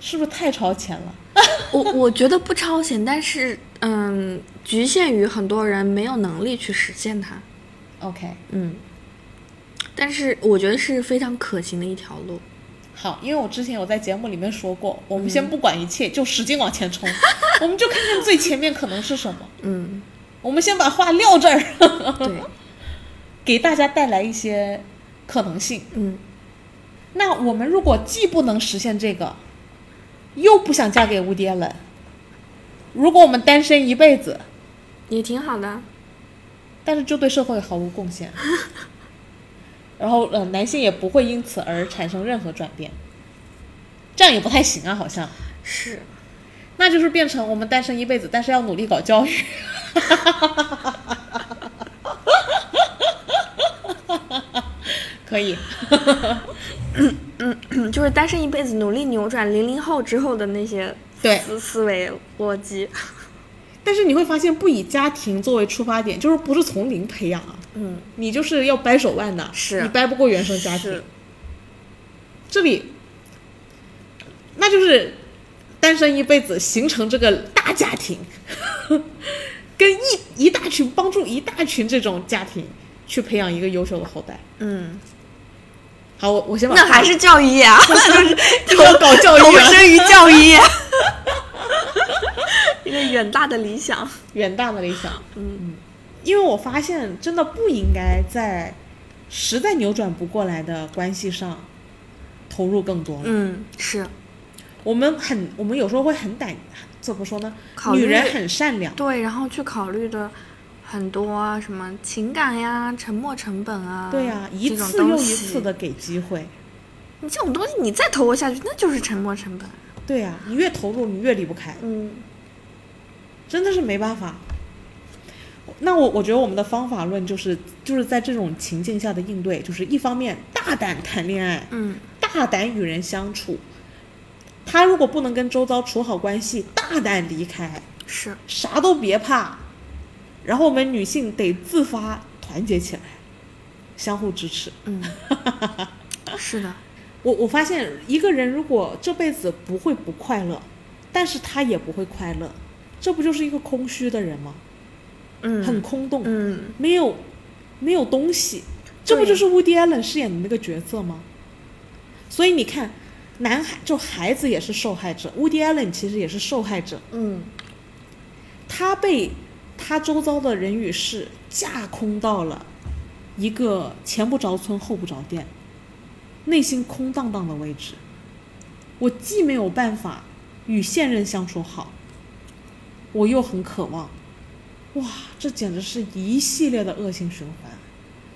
A: 是不是太超前了？
B: *laughs* 我我觉得不超前，但是嗯，局限于很多人没有能力去实现它。
A: OK，
B: 嗯，但是我觉得是非常可行的一条路。
A: 好，因为我之前有在节目里面说过，我们先不管一切，就使劲往前冲， *laughs* 我们就看看最前面可能是什么。
B: 嗯，
A: 我们先把话撂这儿， *laughs*
B: 对，
A: 给大家带来一些可能性。
B: 嗯，
A: 那我们如果既不能实现这个，又不想嫁给无敌人，如果我们单身一辈子，
B: 也挺好的。
A: 但是就对社会毫无贡献， *laughs* 然后呃，男性也不会因此而产生任何转变，这样也不太行啊，好像。
B: 是， *clears throat*
A: 那就是变成我们单身一辈子，但是要努力搞教育。 *laughs* 可以，
B: 就是单身一辈子，努力扭转零零后之后的那些
A: 对
B: 思思维逻辑。
A: 但是你会发现，不以家庭作为出发点，就是不是从零培养啊，
B: 嗯，
A: 你就是要掰手腕的，
B: 是
A: 你掰不过原生家庭
B: 是。，
A: 这里，那就是单身一辈子，形成这个大家庭， *laughs* 跟一一大群帮助一大群这种家庭去培养一个优秀的后代。
B: 嗯，
A: 好，我我先把
B: 那
A: *laughs*
B: 还是教育业啊，就是
A: 这个要搞教育
B: *laughs* 投
A: 啊
B: 身于教育
A: *laughs*
B: 业，一个远大的理想。
A: 远大的理想。
B: 嗯，
A: 因为我发现真的不应该在实在扭转不过来的关系上投入更多了。
B: 嗯，是
A: 我们很，我们有时候会很胆，怎么说呢？
B: 考虑
A: 女人很善良，
B: 对，然后去考虑的很多啊什么情感呀、沉没成本啊，
A: 对呀、一
B: 这种
A: 次
B: 东
A: 又一
B: 西
A: 次的，给机会，
B: 你这种东西你再投入下去，那就是沉没成本。
A: 对呀、你越投入，你越离不开，
B: 嗯
A: 真的是没办法。那我我觉得我们的方法论就是就是在这种情境下的应对，就是一方面大胆谈恋爱，
B: 嗯
A: 大胆与人相处。他如果不能跟周遭处好关系，大胆离开，
B: 是，
A: 啥都别怕。然后我们女性得自发团结起来，相互支持。
B: 嗯是的，
A: 我我发现一个人如果这辈子不会不快乐，但是他也不会快乐，这不就是一个空虚的人吗？
B: 嗯
A: 很空洞，
B: 嗯
A: 没有没有东西，这不
B: 对
A: 就是乌迪艾伦饰演的那个角色吗？所以你看，男孩就孩子也是受害者，乌迪艾伦其实也是受害者，
B: 嗯
A: 他被他周遭的人与事架空到了一个前不着村后不着店，内心空荡荡的位置。我既没有办法与现任相处好，我又很渴望，哇，这简直是一系列的恶性循环。啊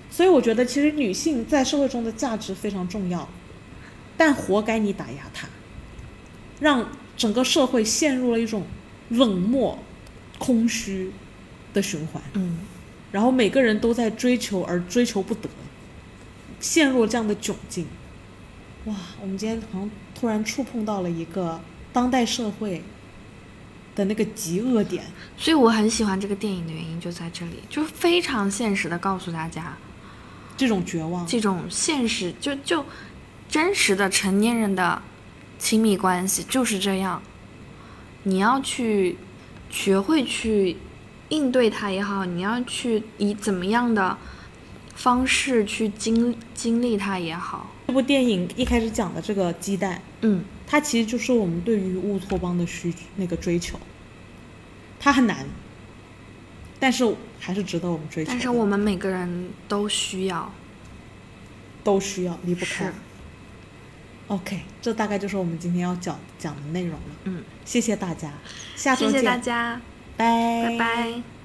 A: 所以我觉得，其实女性在社会中的价值非常重要，但活该你打压她，让整个社会陷入了一种冷漠、空虚的循环。
B: 嗯
A: 然后每个人都在追求而追求不得，陷入这样的窘境。哇，我们今天好像突然触碰到了一个当代社会的那个极恶点。
B: 所以我很喜欢这个电影的原因就在这里，就是非常现实的告诉大家，
A: 这种绝望，
B: 这种现实就就真实的成年人的亲密关系就是这样，你要去学会去应对它也好，你要去以怎么样的方式去经经历它也好，
A: 这部电影一开始讲的这个鸡蛋，
B: 嗯
A: 它其实就是我们对于乌托邦的需那个追求，它很难，但是还是值得我们追求的。
B: 但是我们每个人都需要，
A: 都需要离不开
B: 是。
A: OK，这大概就是我们今天要讲讲的内容了。
B: 嗯，
A: 谢谢大家，下周
B: 谢
A: 见，
B: 谢大家，
A: 拜
B: 拜拜